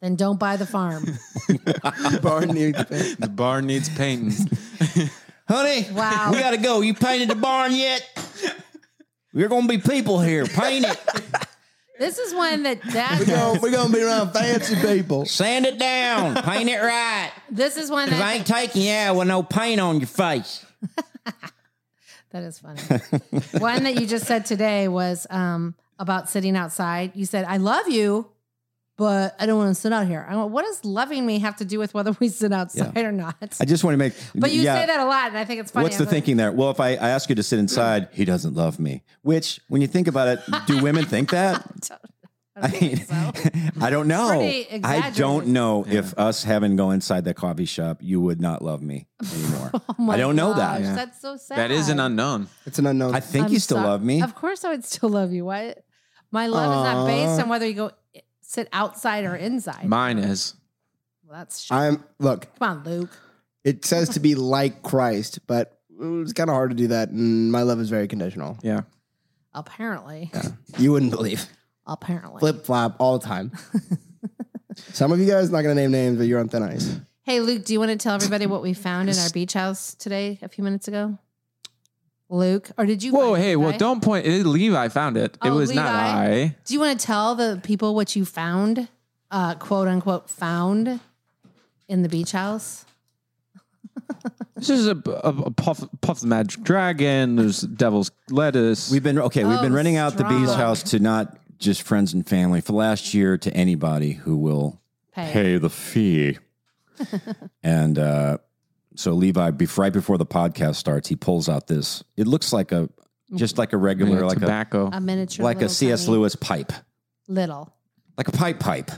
S2: then don't buy the farm.
S3: Barn needs paint.
S4: The barn needs painting.
S1: Honey,
S2: Wow.
S1: we gotta go. You painted the barn yet? We're gonna be people here. Paint it,
S2: This is one that that
S3: We're gonna, we're gonna be around fancy people.
S1: sand it down, paint it right.
S2: this is one
S1: If
S2: that
S1: I ain't taking you out with no paint on your face.
S2: That is funny. One that you just said today was um, about sitting outside. You said, I love you, but I don't want to sit out here. I went, what does loving me have to do with whether we sit outside or not?
S1: I just want to make.
S2: But you
S1: yeah,
S2: say that a lot, and I think it's funny.
S1: What's the
S2: I'm like,
S1: thinking there? Well, if I, I ask you to sit inside, he doesn't love me. Which, when you think about it, do women think that?
S2: I
S1: I
S2: don't
S1: mean,
S2: think so.
S1: I don't know.
S2: Pretty
S1: I don't
S2: exaggerated.
S1: know if us having go inside the coffee shop, you would not love me anymore.
S2: Oh my
S1: I don't know that.
S2: gosh,
S3: Yeah.
S2: That's so sad.
S4: that is an unknown.
S3: It's an unknown.
S1: I think
S2: I'm
S1: you still
S2: so-
S1: love me.
S2: Of course, I would still love you. Why? My love is not based on whether you go i- sit outside or inside.
S4: Mine is.
S2: well, that's sh-
S3: I'm look.
S2: come on, Luke.
S3: It says to be like Christ, but it's kind of hard to do that. And my love is very conditional.
S4: Yeah.
S2: Apparently,
S3: You wouldn't believe.
S2: apparently.
S3: Flip flop all the time. Some of you guys not gonna name names, but you're on thin ice.
S2: Hey, Luke, do you want to tell everybody what we found in our beach house today a few minutes ago? Luke, or did you?
S4: Whoa,
S2: find it,
S4: hey, well,
S2: Levi?
S4: don't point. It, Levi found it. it
S2: Oh,
S4: was not
S2: Levi.
S4: I.
S2: Do you want to tell the people what you found, uh, quote unquote, found in the beach house?
S4: This is a, a, a puff, puff the magic dragon. There's devil's lettuce.
S1: We've been okay. We've been
S2: Oh,
S1: renting out the bees
S2: strong.
S1: house to not just friends and family for the last year to anybody who will
S2: Pay.
S1: pay the fee. and uh, so Levi, bef- right before the podcast starts, he pulls out this. It looks like a just like a
S4: Yeah,
S1: regular, like a
S4: tobacco.
S2: A miniature,
S1: like a
S2: little
S1: C.S.
S2: tiny-
S1: Lewis pipe,
S2: little.
S1: like a pipe pipe.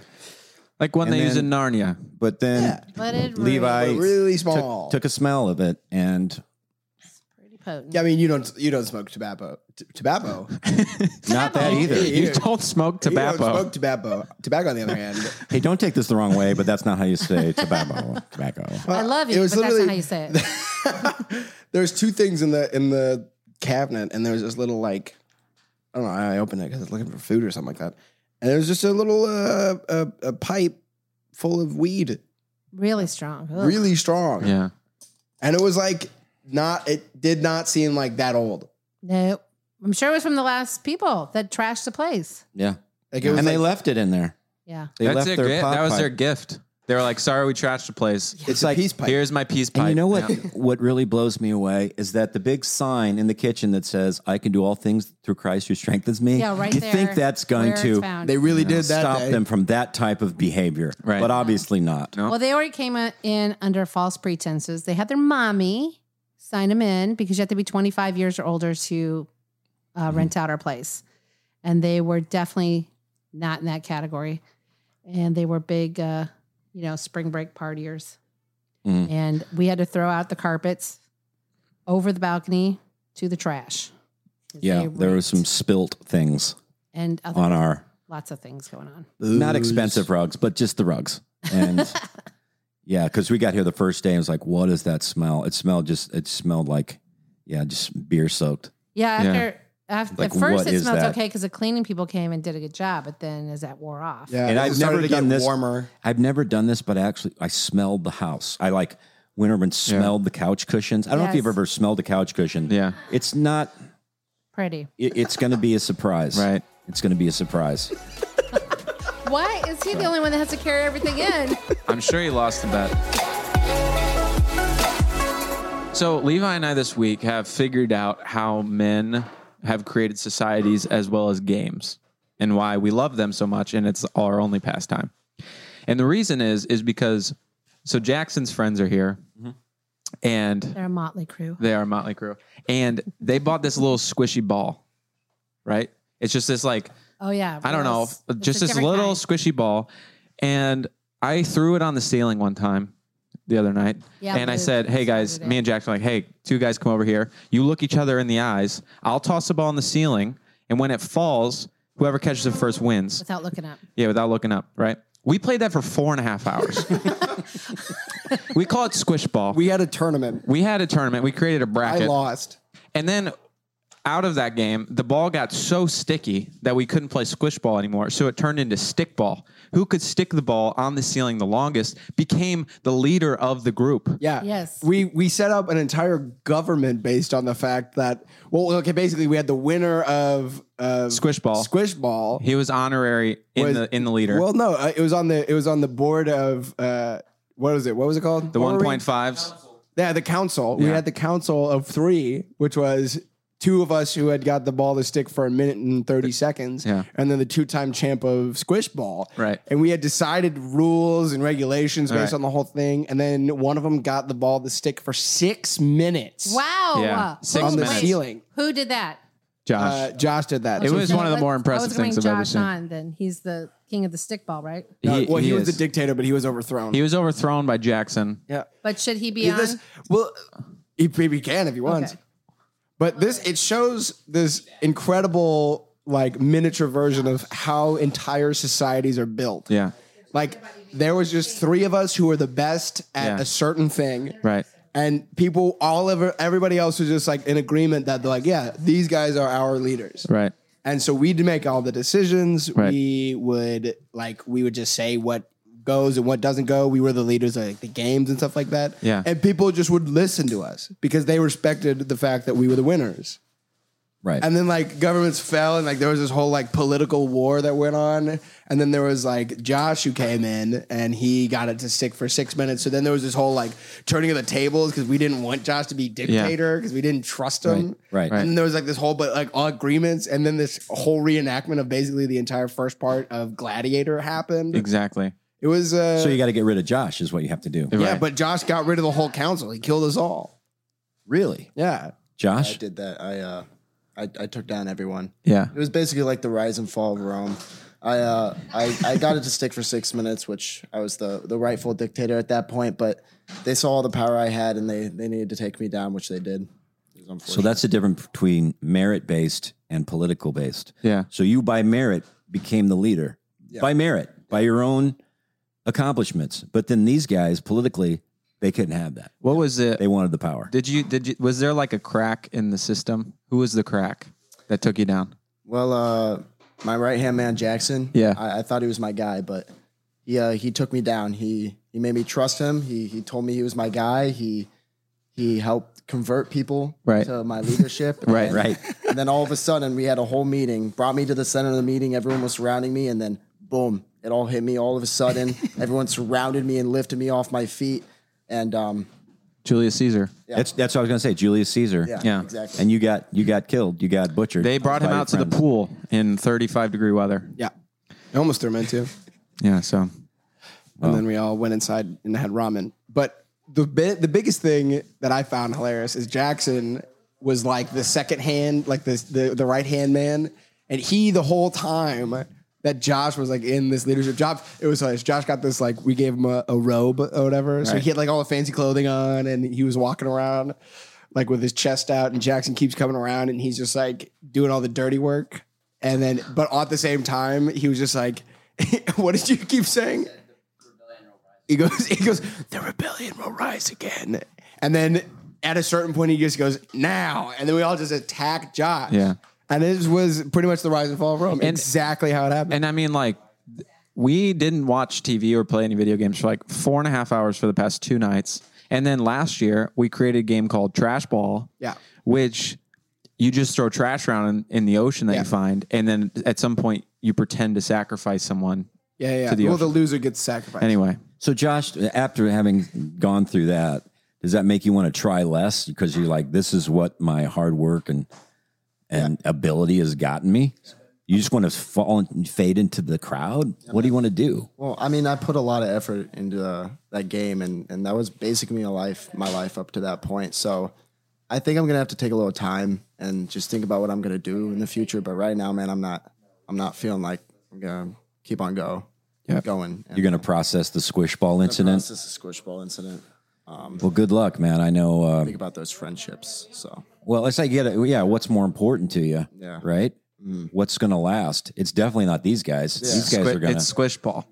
S4: like one
S1: and
S4: they use
S1: then-
S4: in Narnia.
S1: But then
S2: But it really
S1: Levi
S3: But really small.
S1: took, took a smell of it and
S2: pretty potent.
S3: Yeah, I mean you don't you don't smoke tobacco. T- tobacco.
S1: not that either.
S4: You don't smoke
S3: You don't
S4: tobacco.
S3: smoke tobacco. Tobacco on the other hand.
S1: Hey, don't take this the wrong way, but that's not how you say tobacco. tobacco.
S2: I love you,
S3: It
S2: but
S3: was
S2: that's not
S3: literally-
S2: how you say it.
S3: there's two things in the in the cabinet, and there's this little like I don't know. I opened it because I was looking for food or something like that, and there's just a little uh, a, a pipe full of weed,
S2: Really strong. Ugh.
S3: really strong,
S4: Yeah.
S3: and it was like not. It did not seem like that old.
S2: No, I'm sure it was from the last people that trashed the place.
S1: Yeah,
S3: Like it
S1: and
S3: was
S1: they
S3: like,
S1: left it in there.
S2: Yeah.
S1: They
S4: That's
S1: left
S4: their
S1: their
S4: gift.
S1: pot
S4: That was
S1: pipe.
S4: their gift. They were like, sorry, we trashed the place.
S3: it's like peace pipe.
S4: Here's my peace pipe.
S1: And you know what?
S4: Yeah.
S1: What really blows me away is that the big sign in the kitchen that says "I can do all things through Christ who strengthens me."
S2: Yeah, right
S1: You
S2: there.
S1: think that's going
S2: where it's
S1: to
S2: found.
S3: They really did that.
S1: stop
S3: day.
S1: them from that type of behavior?
S4: Right.
S1: But obviously not.
S4: No.
S2: Well, they already came uh, in under false pretenses. They had their mommy sign them in because you have to be 25 years or older to uh,
S1: Mm-hmm.
S2: rent out our place. And they were definitely not in that category. And they were big, uh, you know, spring break partiers.
S1: Mm.
S2: And we had to throw out the carpets over the balcony to the trash.
S1: Yeah,
S2: They
S1: there were
S2: raked.
S1: some spilt things
S2: and other,
S1: on our
S2: lots of things going on.
S1: not expensive rugs, but just the rugs. And yeah, because we got here the first day and it was like, what is that smell? It smelled just, it smelled like, yeah, just beer soaked.
S2: Yeah,
S4: Yeah.
S2: after, after
S1: Like,
S2: at first
S1: what
S2: it
S1: is
S2: smelled
S1: that?
S2: okay because the cleaning people came and did a good job, but then as that wore off,
S3: Yeah,
S1: And
S3: it
S1: I've
S3: started
S1: never
S3: to get
S1: done this-
S3: Warmer.
S1: I've never done this, but I actually, I smelled the house. I like went over and smelled the couch cushions. I don't know if you've
S2: Yes.
S1: ever smelled a couch cushion.
S4: Yeah.
S1: It's not,
S2: pretty.
S1: it, it's going to be a surprise.
S4: Right.
S1: It's going to be a surprise.
S2: Why is he the only one that has to carry everything in?
S4: I'm sure he lost the bet. So Levi and I this week have figured out how men have created societies as well as games and why we love them so much and it's our only pastime. And the reason is is because so Jackson's friends are here and
S2: They're a motley crew.
S4: Mm-hmm. they are Motley Crue and they bought this little squishy ball, right? It's just this like
S2: Oh yeah,
S4: I don't know,
S2: It's- it's
S4: just
S2: a
S4: this
S2: different
S4: little
S2: kind.
S4: squishy ball. And I threw it on the ceiling one time the other night.
S2: Yeah,
S4: and I
S2: Luke
S4: said, hey guys,
S2: started it.
S4: me and Jack are like, hey, two guys come over here. You look each other in the eyes. I'll toss the ball on the ceiling. And when it falls, whoever catches it first wins.
S2: without looking up.
S4: Yeah, without looking up, right? We played that for four and a half hours. we call it squish ball. We,
S3: We had a tournament.
S4: we had a tournament. We created a
S3: I
S4: bracket.
S3: lost.
S4: And then out of that game, the ball got so sticky that we couldn't play squish ball anymore. So it turned into stick ball. Who could stick the ball on the ceiling the longest became the leader of the group.
S3: Yeah.
S2: Yes.
S3: We we set up an entire government based on the fact that well, okay, basically we had the winner of of
S4: Squish ball.
S3: Squish ball.
S4: He was honorary in
S3: Was-
S4: the in the leader.
S3: Well, no, uh, it was on the it was on the board of uh what was it? What was it called?
S4: the
S3: What were
S4: one
S3: we-
S4: point fives.
S3: Yeah, the council. We
S4: Yeah.
S3: had the council of three, which was two of us who had got the ball to stick for a minute and thirty seconds,
S4: Yeah.
S3: and then the two-time champ of squish ball.
S4: Right.
S3: And we had decided rules and regulations based
S4: Right.
S3: on the whole thing, and then one of them got the ball to stick for six minutes.
S2: Wow.
S4: Yeah. Six
S3: On the
S4: minutes.
S3: ceiling.
S2: Who did that?
S4: Josh.
S3: Uh, Josh did that.
S4: It
S3: So-
S4: was
S2: No,
S4: one of the
S2: let-
S4: more
S2: I
S4: impressive
S2: was going
S4: things I've ever
S2: Josh
S4: seen.
S2: On, then he's the king of the stickball, right?
S3: no, Uh, well, he, was
S4: is.
S3: the dictator, but he was overthrown.
S4: He was overthrown by Jackson.
S3: yeah.
S2: But should he be
S3: He-
S2: on?
S3: this- well, he maybe can if he wants.
S2: Okay.
S3: But this it shows this incredible like miniature version of how entire societies are built.
S4: Yeah.
S3: Like there was just three of us who were the best at
S4: Yeah.
S3: a certain thing.
S4: Right.
S3: And people all over everybody else was just like in agreement that they're like, yeah, these guys are our leaders.
S4: Right.
S3: And so we'd make all the decisions.
S4: Right.
S3: We would like we would just say what goes and what doesn't go. We were the leaders of like, the games and stuff like that.
S4: Yeah.
S3: And people just would listen to us because they respected the fact that we were the winners.
S1: Right.
S3: And then like governments fell and like there was this whole like political war that went on. And then there was like Josh who came in and he got it to stick for six minutes. So then there was this whole like turning of the tables because we didn't want Josh to be dictator because we didn't trust him.
S1: Right, right.
S3: And then there was like this whole but like all agreements and then this whole reenactment of basically the entire first part of Gladiator happened.
S4: Exactly.
S3: It was uh
S1: so you got to get rid of Josh, is what you have to do.
S3: yeah,
S4: Right.
S3: but Josh got rid of the whole council. He killed us all.
S7: Really?
S3: Yeah.
S7: I
S1: Josh,
S7: did that. I uh, I, I took down everyone.
S4: Yeah.
S7: It was basically like the rise and fall of Rome. I uh, I, I got it to stick for six minutes, which I was the the rightful dictator at that point. But they saw all the power I had, and they they needed to take me down, which they did. It was
S1: so
S7: unfortunate.
S1: that's the difference between merit based and political based.
S4: Yeah.
S1: So you, by merit, became the leader by merit, by your own accomplishments. But then these guys, politically, they couldn't have that.
S4: What was it?
S1: They wanted the power.
S4: Did you did you was there like a crack in the system? Who was the crack that took you down?
S7: well, uh, my right hand man Jackson.
S4: Yeah.
S7: I, I thought he was my guy, but he uh, he took me down. He he made me trust him. He he told me he was my guy. He he helped convert people
S4: Right.
S7: to my leadership.
S4: Right,
S7: And-
S1: right.
S7: And then all of a sudden, we had a whole meeting. Brought me to the center of the meeting. Everyone was surrounding me, and then boom, it all hit me all of a sudden. Everyone surrounded me and lifted me off my feet. And um,
S4: Julius Caesar.
S1: That's that's what I was gonna say. Julius Caesar.
S7: yeah,
S4: Yeah.
S7: exactly.
S1: And you got you got killed. You got butchered.
S4: They brought him
S1: by your
S4: out to the
S1: friends.
S4: pool in 35 degree weather.
S3: Yeah. I almost threw him into.
S4: Yeah, so
S3: and then we all went inside and had ramen. But the bi- the biggest thing that I found hilarious is Jackson was like the second hand, like the the, the right hand man, and he the whole time that Josh was like in this leadership job, it was hilarious. Josh got this like we gave him a, a robe or whatever, so he had like all the fancy clothing on, and he was walking around like with his chest out, and Jackson keeps coming around, and he's just like doing all the dirty work, and then but at the same time he was just like. what did you keep saying? He goes, he goes, the rebellion will rise again. And then at a certain point, he just goes, now. And then we all just attack Josh.
S4: Yeah.
S3: And it was pretty much the rise and fall of Rome. exactly how it happened.
S4: and I mean like th- we didn't watch TV or play any video games for like four and a half hours for the past two nights. And then last year we created a game called Trash Ball.
S3: Yeah.
S4: Which you just throw trash around in, in the ocean that
S3: Yeah.
S4: you find, and then at some point you pretend to sacrifice someone.
S3: yeah, yeah.
S4: to the
S3: well,
S4: ocean.
S3: the loser gets sacrificed.
S4: Anyway,
S1: So Josh, after having gone through that, does that make you want to try less because you're like, this is what my hard work and and ability has gotten me? You just want to fall and fade into the crowd. What do you want to do?
S7: Well, I mean, I put a lot of effort into uh, that game, and, and that was basically my life, my life up to that point. So, I think I'm gonna have to take a little time and just think about what I'm gonna do in the future. But right now, man, I'm not, I'm not feeling like I'm gonna keep on go, going. And
S1: You're going to process the squish ball incident.
S7: This is a squish ball incident. um,
S1: Well, good luck, man. I know. Uh,
S7: Think about those friendships. So,
S1: well, it's like yeah, yeah. What's more important to you?
S7: Yeah. Mm.
S1: Right. What's going to last? It's definitely not these guys. These guys
S4: squi-
S1: are going
S4: it's
S1: to.
S4: squish ball.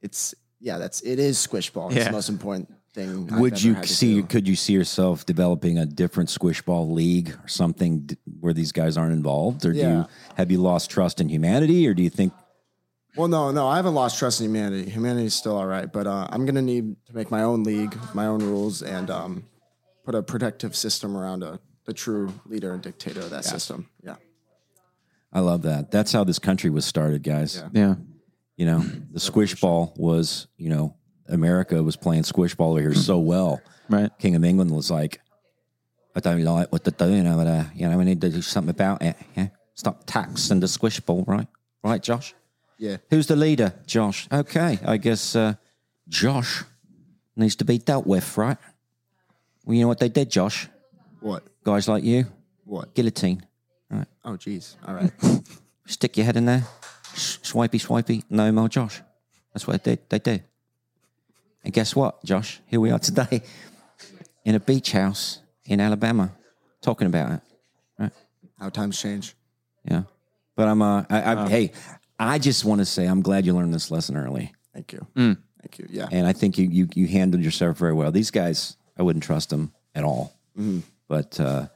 S7: it's yeah, that's it is squish ball. It's
S4: Yeah.
S7: the most important thing. I've
S1: Would
S7: ever
S1: you
S7: had to
S1: see?
S7: do.
S1: Could you see yourself developing a different squishball league or something d- where these guys aren't involved? Or do
S7: Yeah.
S1: you have you lost trust in humanity? Or do you think
S7: Well, no, no, I haven't lost trust in humanity. Humanity's still all right, but uh, I'm gonna need to make my own league, my own rules, and um, put a protective system around a the true leader and dictator of that system. Yeah,
S1: I love that? That's how this country was started, guys.
S4: Yeah.
S1: You know, the squish ball was. You know, America was playing squish ball over here so well.
S4: Right.
S1: King of England was like, I don't like what they're doing over there. You know, we need to do something about it. Yeah? Stop taxing the squish ball, right? Right, Josh?
S7: Yeah.
S1: Who's the leader? Josh. Okay, I guess uh, Josh needs to be dealt with, right? Well, you know what they did, Josh?
S7: what?
S1: Guys like you?
S7: What?
S1: Guillotine.
S7: Oh, jeez. All right.
S1: Stick your head in there. S- Swipey, swipey. No more, Josh. That's what they did. They did. And guess what, Josh? Here we are today in a beach house in Alabama talking about it.
S7: How times change.
S1: Yeah. But I'm uh I, I hey, I just want to say I'm glad you learned this lesson early.
S7: Thank you.
S4: mm.
S7: Thank you. Yeah.
S1: And I think you you you handled yourself very well. These guys, I wouldn't trust them at all.
S7: Mm-hmm.
S1: But uh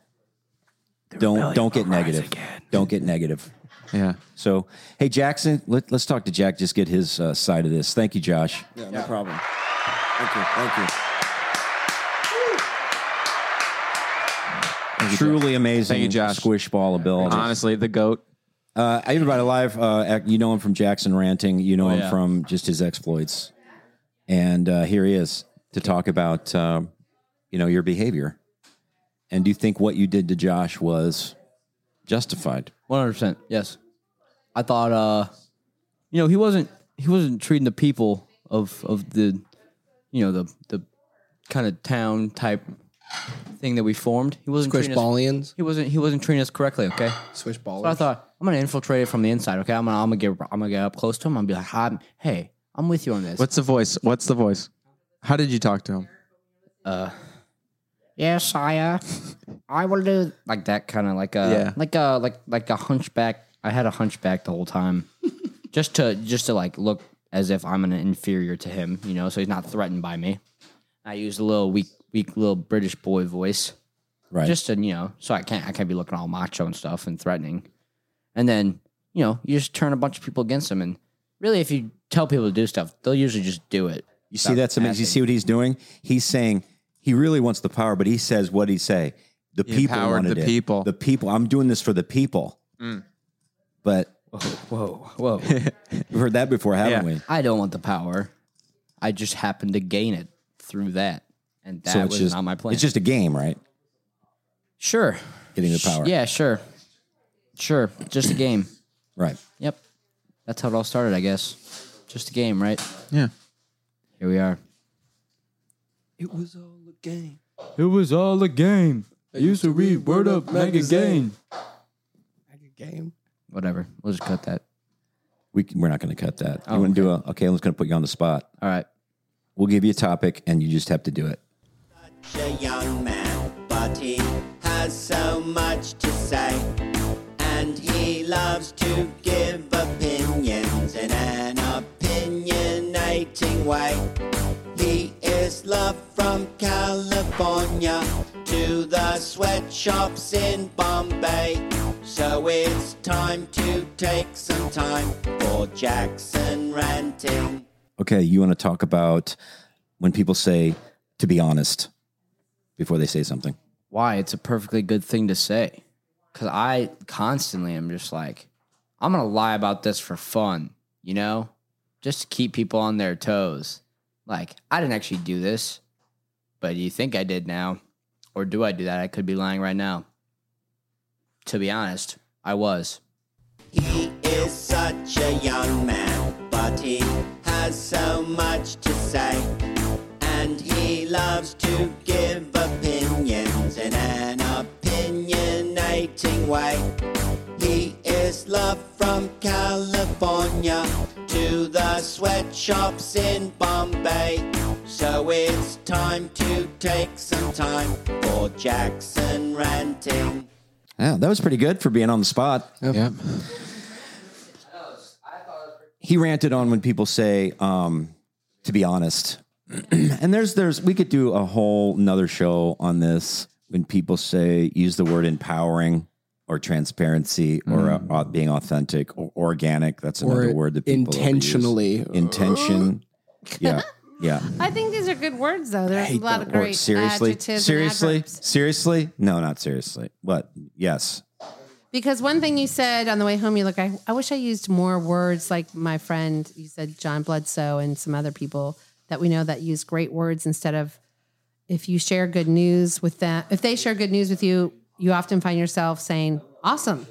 S1: don't don't get negative. Don't get negative.
S4: Yeah.
S1: So, hey Jackson, let, let's talk to Jack. Just get his uh, side of this. Thank you, Josh.
S7: Yeah. No problem. Thank you. Thank you.
S1: Truly amazing.
S4: Thank you, Josh.
S1: Squish ball ability.
S4: Honestly, the goat.
S1: Uh, Everybody Live, uh, ac- you know him from Jackson Ranting. You know him
S4: Oh, yeah.
S1: from just his exploits. And uh, here he is to talk about, um, you know, your behavior. And do you think what you did to Josh was justified?
S8: One hundred percent. Yes, I thought. uh You know, he wasn't. He wasn't treating the people of of the, you know, the the kind of town type thing that we formed. He wasn't treating us-
S3: Squishballians.
S8: He wasn't. He wasn't treating us correctly. Okay.
S3: Squishballers.
S8: So I thought I'm gonna infiltrate it from the inside. Okay. I'm gonna. I'm gonna get. I'm gonna get up close to him. I'm gonna be like, "Hi, I'm- hey, I'm with you on this.
S4: What's the voice? What's the voice? How did you talk to him?
S2: Uh,
S8: Yes, I. Uh, I will do like that kind of like a
S4: Yeah.
S8: like a like like a hunchback. I had a hunchback the whole time, just to just to like look as if I'm an inferior to him, you know, so he's not threatened by me. I used a little weak weak little British boy voice,
S1: Right.
S8: just to you know, so I can't I can't be looking all macho and stuff and threatening. And then you know you just turn a bunch of people against him, and really if you tell people to do stuff, they'll usually just do it.
S1: you see, that's amazing. You see what he's doing? He's saying he really wants the power, but he says, what did he say? The
S4: He
S1: people
S4: empowered
S1: wanted
S4: the
S1: it.
S4: people.
S1: The people. I'm doing this for the people. But
S8: Whoa, whoa.
S1: we've heard that before, haven't
S4: Yeah.
S1: we?
S8: I don't want the power. I just happened to gain it through that, and that was
S1: just
S8: not my plan.
S1: It's just a game, right?
S8: sure,
S1: Getting the power.
S8: yeah, sure, sure, just a game.
S1: Right.
S8: Yep, that's how it all started, I guess. Just a game, right?
S4: Yeah.
S8: Here we are.
S9: It was all a game. I used to read Word Up magazine.
S3: game.
S8: Whatever. We'll just cut that.
S1: We, c- we're not going to cut that. you want to do a, okay, I'm just going to put you on the spot.
S8: Oh, All right.
S1: We'll give you a topic and you just have to do it.
S10: The young man, but he has so much to say, and he loves to give opinions in an opinionating way. He is loved from California to the sweatshops in Bombay. So it's time to take some time for Jackson ranting.
S1: Okay, you want to talk about when people say to be honest before they say something.
S8: Why? It's a perfectly good thing to say. Because I constantly am just like, I'm going to lie about this for fun, you know? Just to keep people on their toes. Like, I didn't actually do this, but you think I did now. Or do I do that? I could be lying right now. To be honest, I was.
S10: He is such a young man, but he has so much to say. And he loves to give opinions in an opinionating way. He is loved from California to the sweatshops in Bombay. So it's time to take some time for Jackson ranting.
S1: Yeah, that was pretty good for being on the spot.
S4: Yep.
S1: He ranted on when people say um, to be honest and there's there's we could do a whole another show on this when people say use the word empowering or transparency or uh, uh, being authentic or organic. That's
S3: Mm. Or
S1: another word that people overuse.
S3: intentionally.
S1: intention. yeah, yeah.
S2: I think these are good words, though. There's a lot of
S1: Or
S2: great
S1: seriously,
S2: adjectives. and
S1: seriously,
S2: adverbs.
S1: seriously. No, not seriously. What? Yes.
S2: Because one thing you said on the way home, you're like, I, I wish I used more words like my friend, you said John Bledsoe and some other people that we know that use great words instead of if you share good news with them, if they share good news with you, you often find yourself saying, awesome.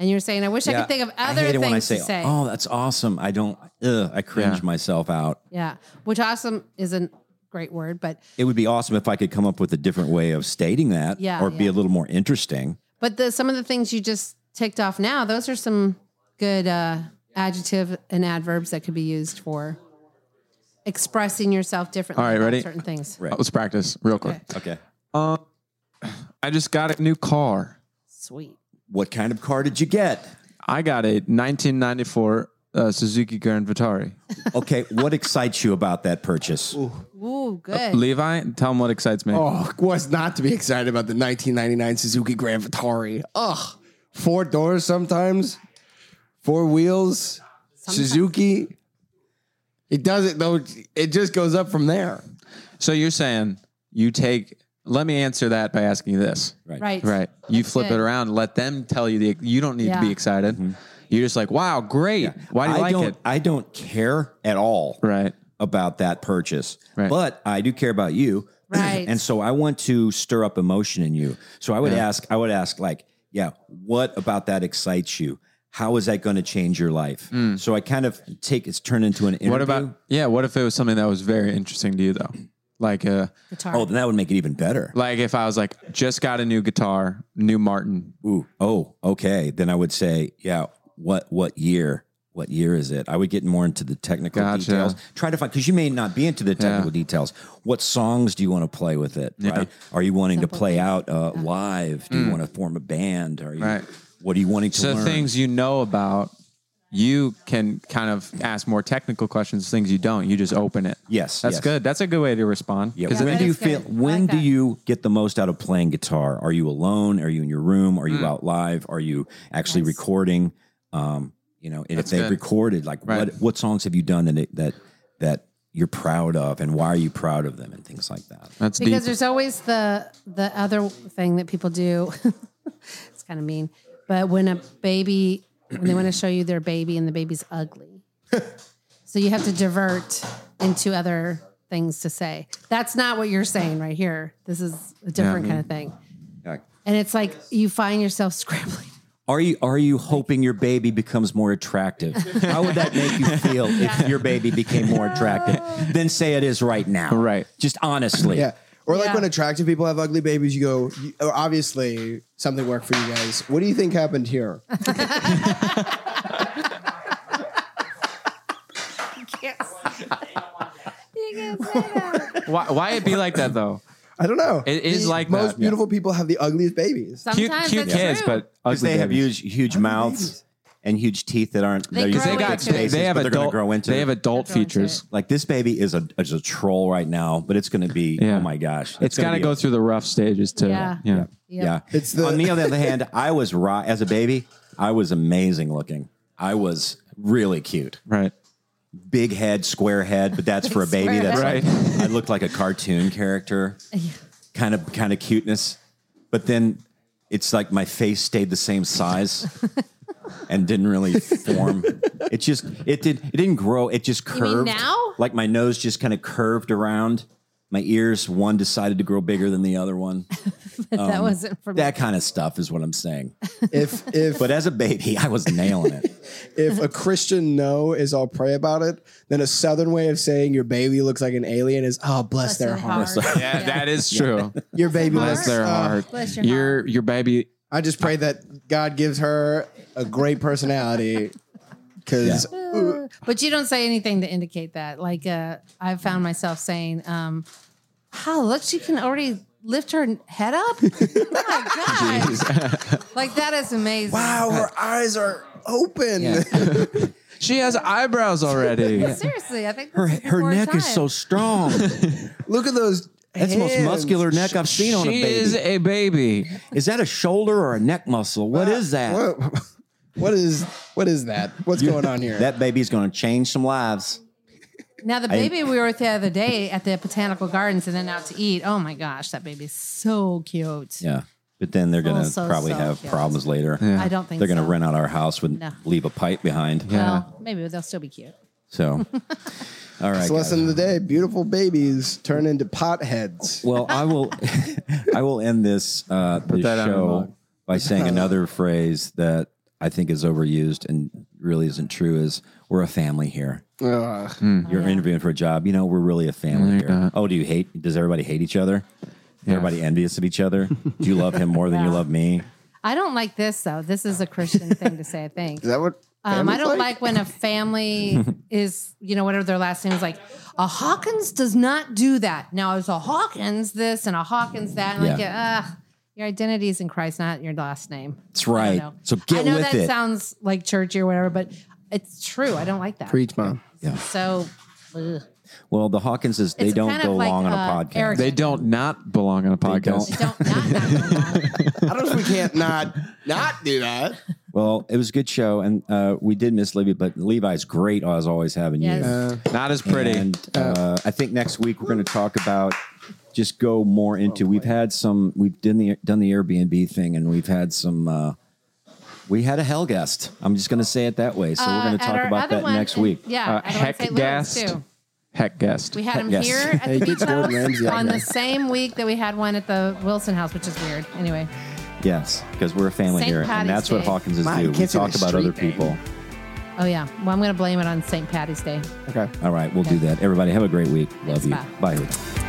S2: And you're saying, I wish I
S1: Yeah,
S2: could think of
S1: I
S2: other
S1: hate
S2: things
S1: it when I say,
S2: to say.
S1: "Oh, that's awesome." I don't. Ugh, I cringe myself out.
S2: Yeah. Which awesome isn't great word, but
S1: It would be awesome if I could come up with a different way of stating that,
S2: Yeah,
S1: or be
S2: yeah.
S1: a little more interesting.
S2: But the some of the things you just ticked off now, those are some good uh, adjective and adverbs that could be used for expressing yourself differently.
S4: All right,
S2: about
S4: ready?
S2: Certain things.
S4: Uh, Let's practice real quick.
S1: Okay.
S4: Uh, I just got a new car.
S2: Sweet.
S1: What kind of car did you get?
S4: I got a 1994 uh, Suzuki Grand Vitara.
S1: Okay, what excites you about that purchase?
S2: Ooh, good.
S4: Uh, Levi, tell him what excites me.
S3: Oh, was not to be excited about the 1999 Suzuki Grand Vitara. Ugh, four doors sometimes, four wheels, Suzuki. It doesn't though. It just goes up from there.
S4: So you're saying you take? Let me answer that by asking you this.
S1: Right.
S2: Right.
S4: Right. You
S2: That's
S4: flip
S2: good.
S4: it around. Let them tell you the. You don't need
S2: Yeah.
S4: to be excited.
S1: Mm-hmm.
S4: You're just like, wow, great. Why do you
S1: I
S4: like
S1: don't,
S4: it?
S1: I don't care at all
S4: Right.
S1: about that purchase,
S4: Right.
S1: but I do care about you,
S2: Right.
S1: and so I want to stir up emotion in you. So I would ask, I would ask, like, yeah, what about that excites you? How is that going to change your life? So I kind of take it's turned into an interview.
S4: Mm. What about? Yeah. What if it was something that was very interesting to you though? Like uh,
S2: Guitar.
S1: Oh, then that would make it even better.
S4: like if I was like, just got a new guitar, new Martin.
S1: Ooh, oh, okay. Then I would say, yeah, what what year? What year is it? I would get more into the technical
S4: Gotcha.
S1: details. Try to find because you may not be into the technical details. What songs do you want to play with it? Right? Are you wanting to play out uh, live? Do you want to form a band? Are you?
S4: Mm. Right.
S1: What are you wanting to
S4: So
S1: learn?
S4: things you know about, you can kind of ask more technical questions. Things you don't, you just open it.
S1: Yes,
S4: That's
S1: yes.
S4: good. That's a good way to respond.
S1: Yeah.
S4: 'Cause
S1: When
S4: it-
S1: do you
S2: is
S1: feel?
S2: good. I
S1: When
S2: like
S1: do
S2: that.
S1: you get the most out of playing guitar? Are you alone? Are you in your room? Are you out live? Are you actually recording? Um, you know, and if
S4: That's
S1: they've
S4: good.
S1: recorded, like
S4: Right.
S1: what what songs have you done that that that you're proud of, and why are you proud of them, and things like that.
S4: that's deep.
S2: because there's always the the other thing that people do. it's kind of mean, but when a baby when they want to show you their baby and the baby's ugly, so you have to divert into other things to say. That's not what you're saying right here. This is a different kind of thing,
S1: Like,
S2: and it's like you find yourself scrambling.
S1: Are you are you hoping your baby becomes more attractive? How would that make you feel if your baby became more attractive than say it is right now?
S4: Right.
S1: Just honestly.
S3: Yeah. Or like
S2: Yeah.
S3: when attractive people have ugly babies, you go, you- oh, obviously something worked for you guys. What do you think happened here?
S4: why, why it be like that though?
S3: I don't know.
S4: It is
S3: The
S4: like
S3: most
S4: that.
S3: beautiful people have the ugliest babies.
S4: Cute,
S2: Sometimes
S4: cute
S2: that's
S4: kids,
S2: true.
S4: but
S1: Because
S4: ugly
S1: they have
S4: babies.
S1: huge, huge mouths and huge teeth that aren't.
S2: They
S1: they're
S2: grow
S1: using
S4: They
S2: into
S4: got
S2: Grow into it.
S1: spaces,
S4: they have
S1: but they're gonna
S4: adult
S1: grow into.
S4: they
S1: it.
S4: have adult
S2: They're gonna grow into
S4: features.
S1: like this baby is a is a troll right now, but it's going to be.
S4: Yeah.
S1: Oh my gosh,
S4: It's
S1: gonna
S4: got to
S1: be
S4: go
S1: a-
S4: through the rough stages to
S2: Yeah.
S4: yeah.
S1: Yeah.
S3: It's the-
S1: On the other hand, I was raw as a baby. I was amazing looking. I was really cute.
S4: Right.
S1: Big head, square head, but that's for a baby.
S2: Square
S1: That's
S4: head.
S1: like, I looked like a cartoon character. Kind of kind of cuteness. But then it's like my face stayed the same size and didn't really form. it just it did it didn't grow. It just curved.
S2: now?
S1: Like my nose just kind of curved around. My ears, one decided to grow bigger than the other one. Um,
S2: that wasn't for me.
S1: That kind of stuff is what I'm saying.
S3: If if
S1: But as a baby, I was nailing it.
S3: if a Christian no is all pray about it, then a southern way of saying your baby looks like an alien is oh bless, their heart.
S4: Yeah, that is true.
S3: Your baby
S4: Bless
S3: looks
S4: their
S3: uh,
S4: heart.
S2: Bless your
S4: your your baby.
S3: I just pray that God gives her a great personality because
S2: Uh, but you don't say anything to indicate that. Like uh, I found myself saying, um, "Wow, look, she can already lift her head up." oh my god! like that is amazing.
S3: wow, her eyes are open.
S8: Yeah.
S4: She has eyebrows already.
S2: Seriously, I think
S1: Her
S2: this is the
S1: her
S2: fourth
S1: neck is
S2: time.
S1: so strong.
S3: Look at those.
S1: That's the most
S3: hands.
S1: muscular neck I've seen on a
S4: She
S1: baby.
S4: is a baby.
S1: Is that a shoulder or a neck muscle? What is that?
S3: What- what is what is that? What's going on here?
S1: That baby's going to change some lives.
S2: Now the
S1: I-
S2: baby we were with the other day at the botanical gardens and then out to eat. Oh my gosh, that baby's so cute.
S1: Yeah. But then they're going to
S2: Also
S1: probably
S2: so
S1: have
S2: cute.
S1: problems later.
S4: Yeah.
S2: I don't think
S1: They're going to
S2: so.
S1: rent out our house and
S2: No.
S1: leave a pipe behind.
S2: Well, maybe they'll still be cute.
S1: So, all right.
S3: It's
S1: guys.
S3: lesson of the day. Beautiful babies turn into potheads.
S1: Well, I will. I will end this uh, this
S4: that on the
S1: show
S4: mug.
S1: by saying another phrase that I think is overused and really isn't true. Is we're a family here.
S3: Ugh.
S1: Hmm, You're interviewing for a job. You know, we're really a family here. Oh, do you hate? Does everybody hate each other? Everybody envious of each other? Do you love him more than you love me?
S2: I don't like this though. This is a Christian thing to say, I think.
S3: Is that what?
S2: Um,
S3: family
S2: I don't
S3: fight?
S2: like when a family is, you know, whatever their last name is like, a Hawkins does not do that. Now it's a Hawkins this and a Hawkins that. And like, ah, your identity is in Christ, not your last name.
S1: That's
S2: I don't
S1: right.
S2: know.
S1: So get
S2: I know
S1: with
S2: that
S1: it.
S2: sounds like churchy or whatever, but it's true. I don't like that.
S3: Preach, mom.
S2: So ugh.
S1: well, the Hawkinses they
S2: It's
S1: don't
S2: kind of
S1: belong
S2: like,
S1: on a
S2: uh,
S1: podcast.
S2: arrogant.
S4: They don't not belong on a podcast.
S2: They don't not, not belong.
S3: I don't know if we can't not not do that.
S1: Well, it was a good show, and uh, we did miss Levi, but Levi's great as always having
S2: Yes.
S1: you.
S4: Not as pretty.
S1: And uh, I think next week we're going to talk about just go more into. We've had some. We've done the done the Airbnb thing, and we've had some. Uh, we had a hell guest. I'm just going to say it that way. So we're
S2: Uh,
S1: going
S2: at
S1: to talk
S2: our
S1: about
S2: other
S1: that
S2: one,
S1: next
S2: and-
S1: week.
S2: Yeah,
S4: Uh,
S2: I don't want
S4: heck
S2: to say
S4: gassed.
S2: Little too.
S4: Heck guest.
S2: We had him
S1: Yes.
S2: here at
S3: Hey,
S2: the
S3: good
S2: beach
S3: Gordon
S2: house
S3: Ramsay out
S2: on
S3: there.
S2: the same week that we had one at the Wilson house, which is weird. Anyway,
S1: Yes, because we're a family
S2: Saint
S1: here,
S2: Patty's
S1: and that's what
S2: Day.
S1: Hawkins is
S3: Wow,
S1: do.
S3: you
S1: We
S3: can't say
S1: talk
S3: the
S1: about other
S3: street
S1: people.
S3: name.
S2: oh yeah. Well, I'm going to blame it on St. Patty's Day.
S3: Okay.
S1: All right, we'll do that. Everybody, have a great week. Love
S2: Thanks,
S1: you.
S2: bye.
S1: Bye.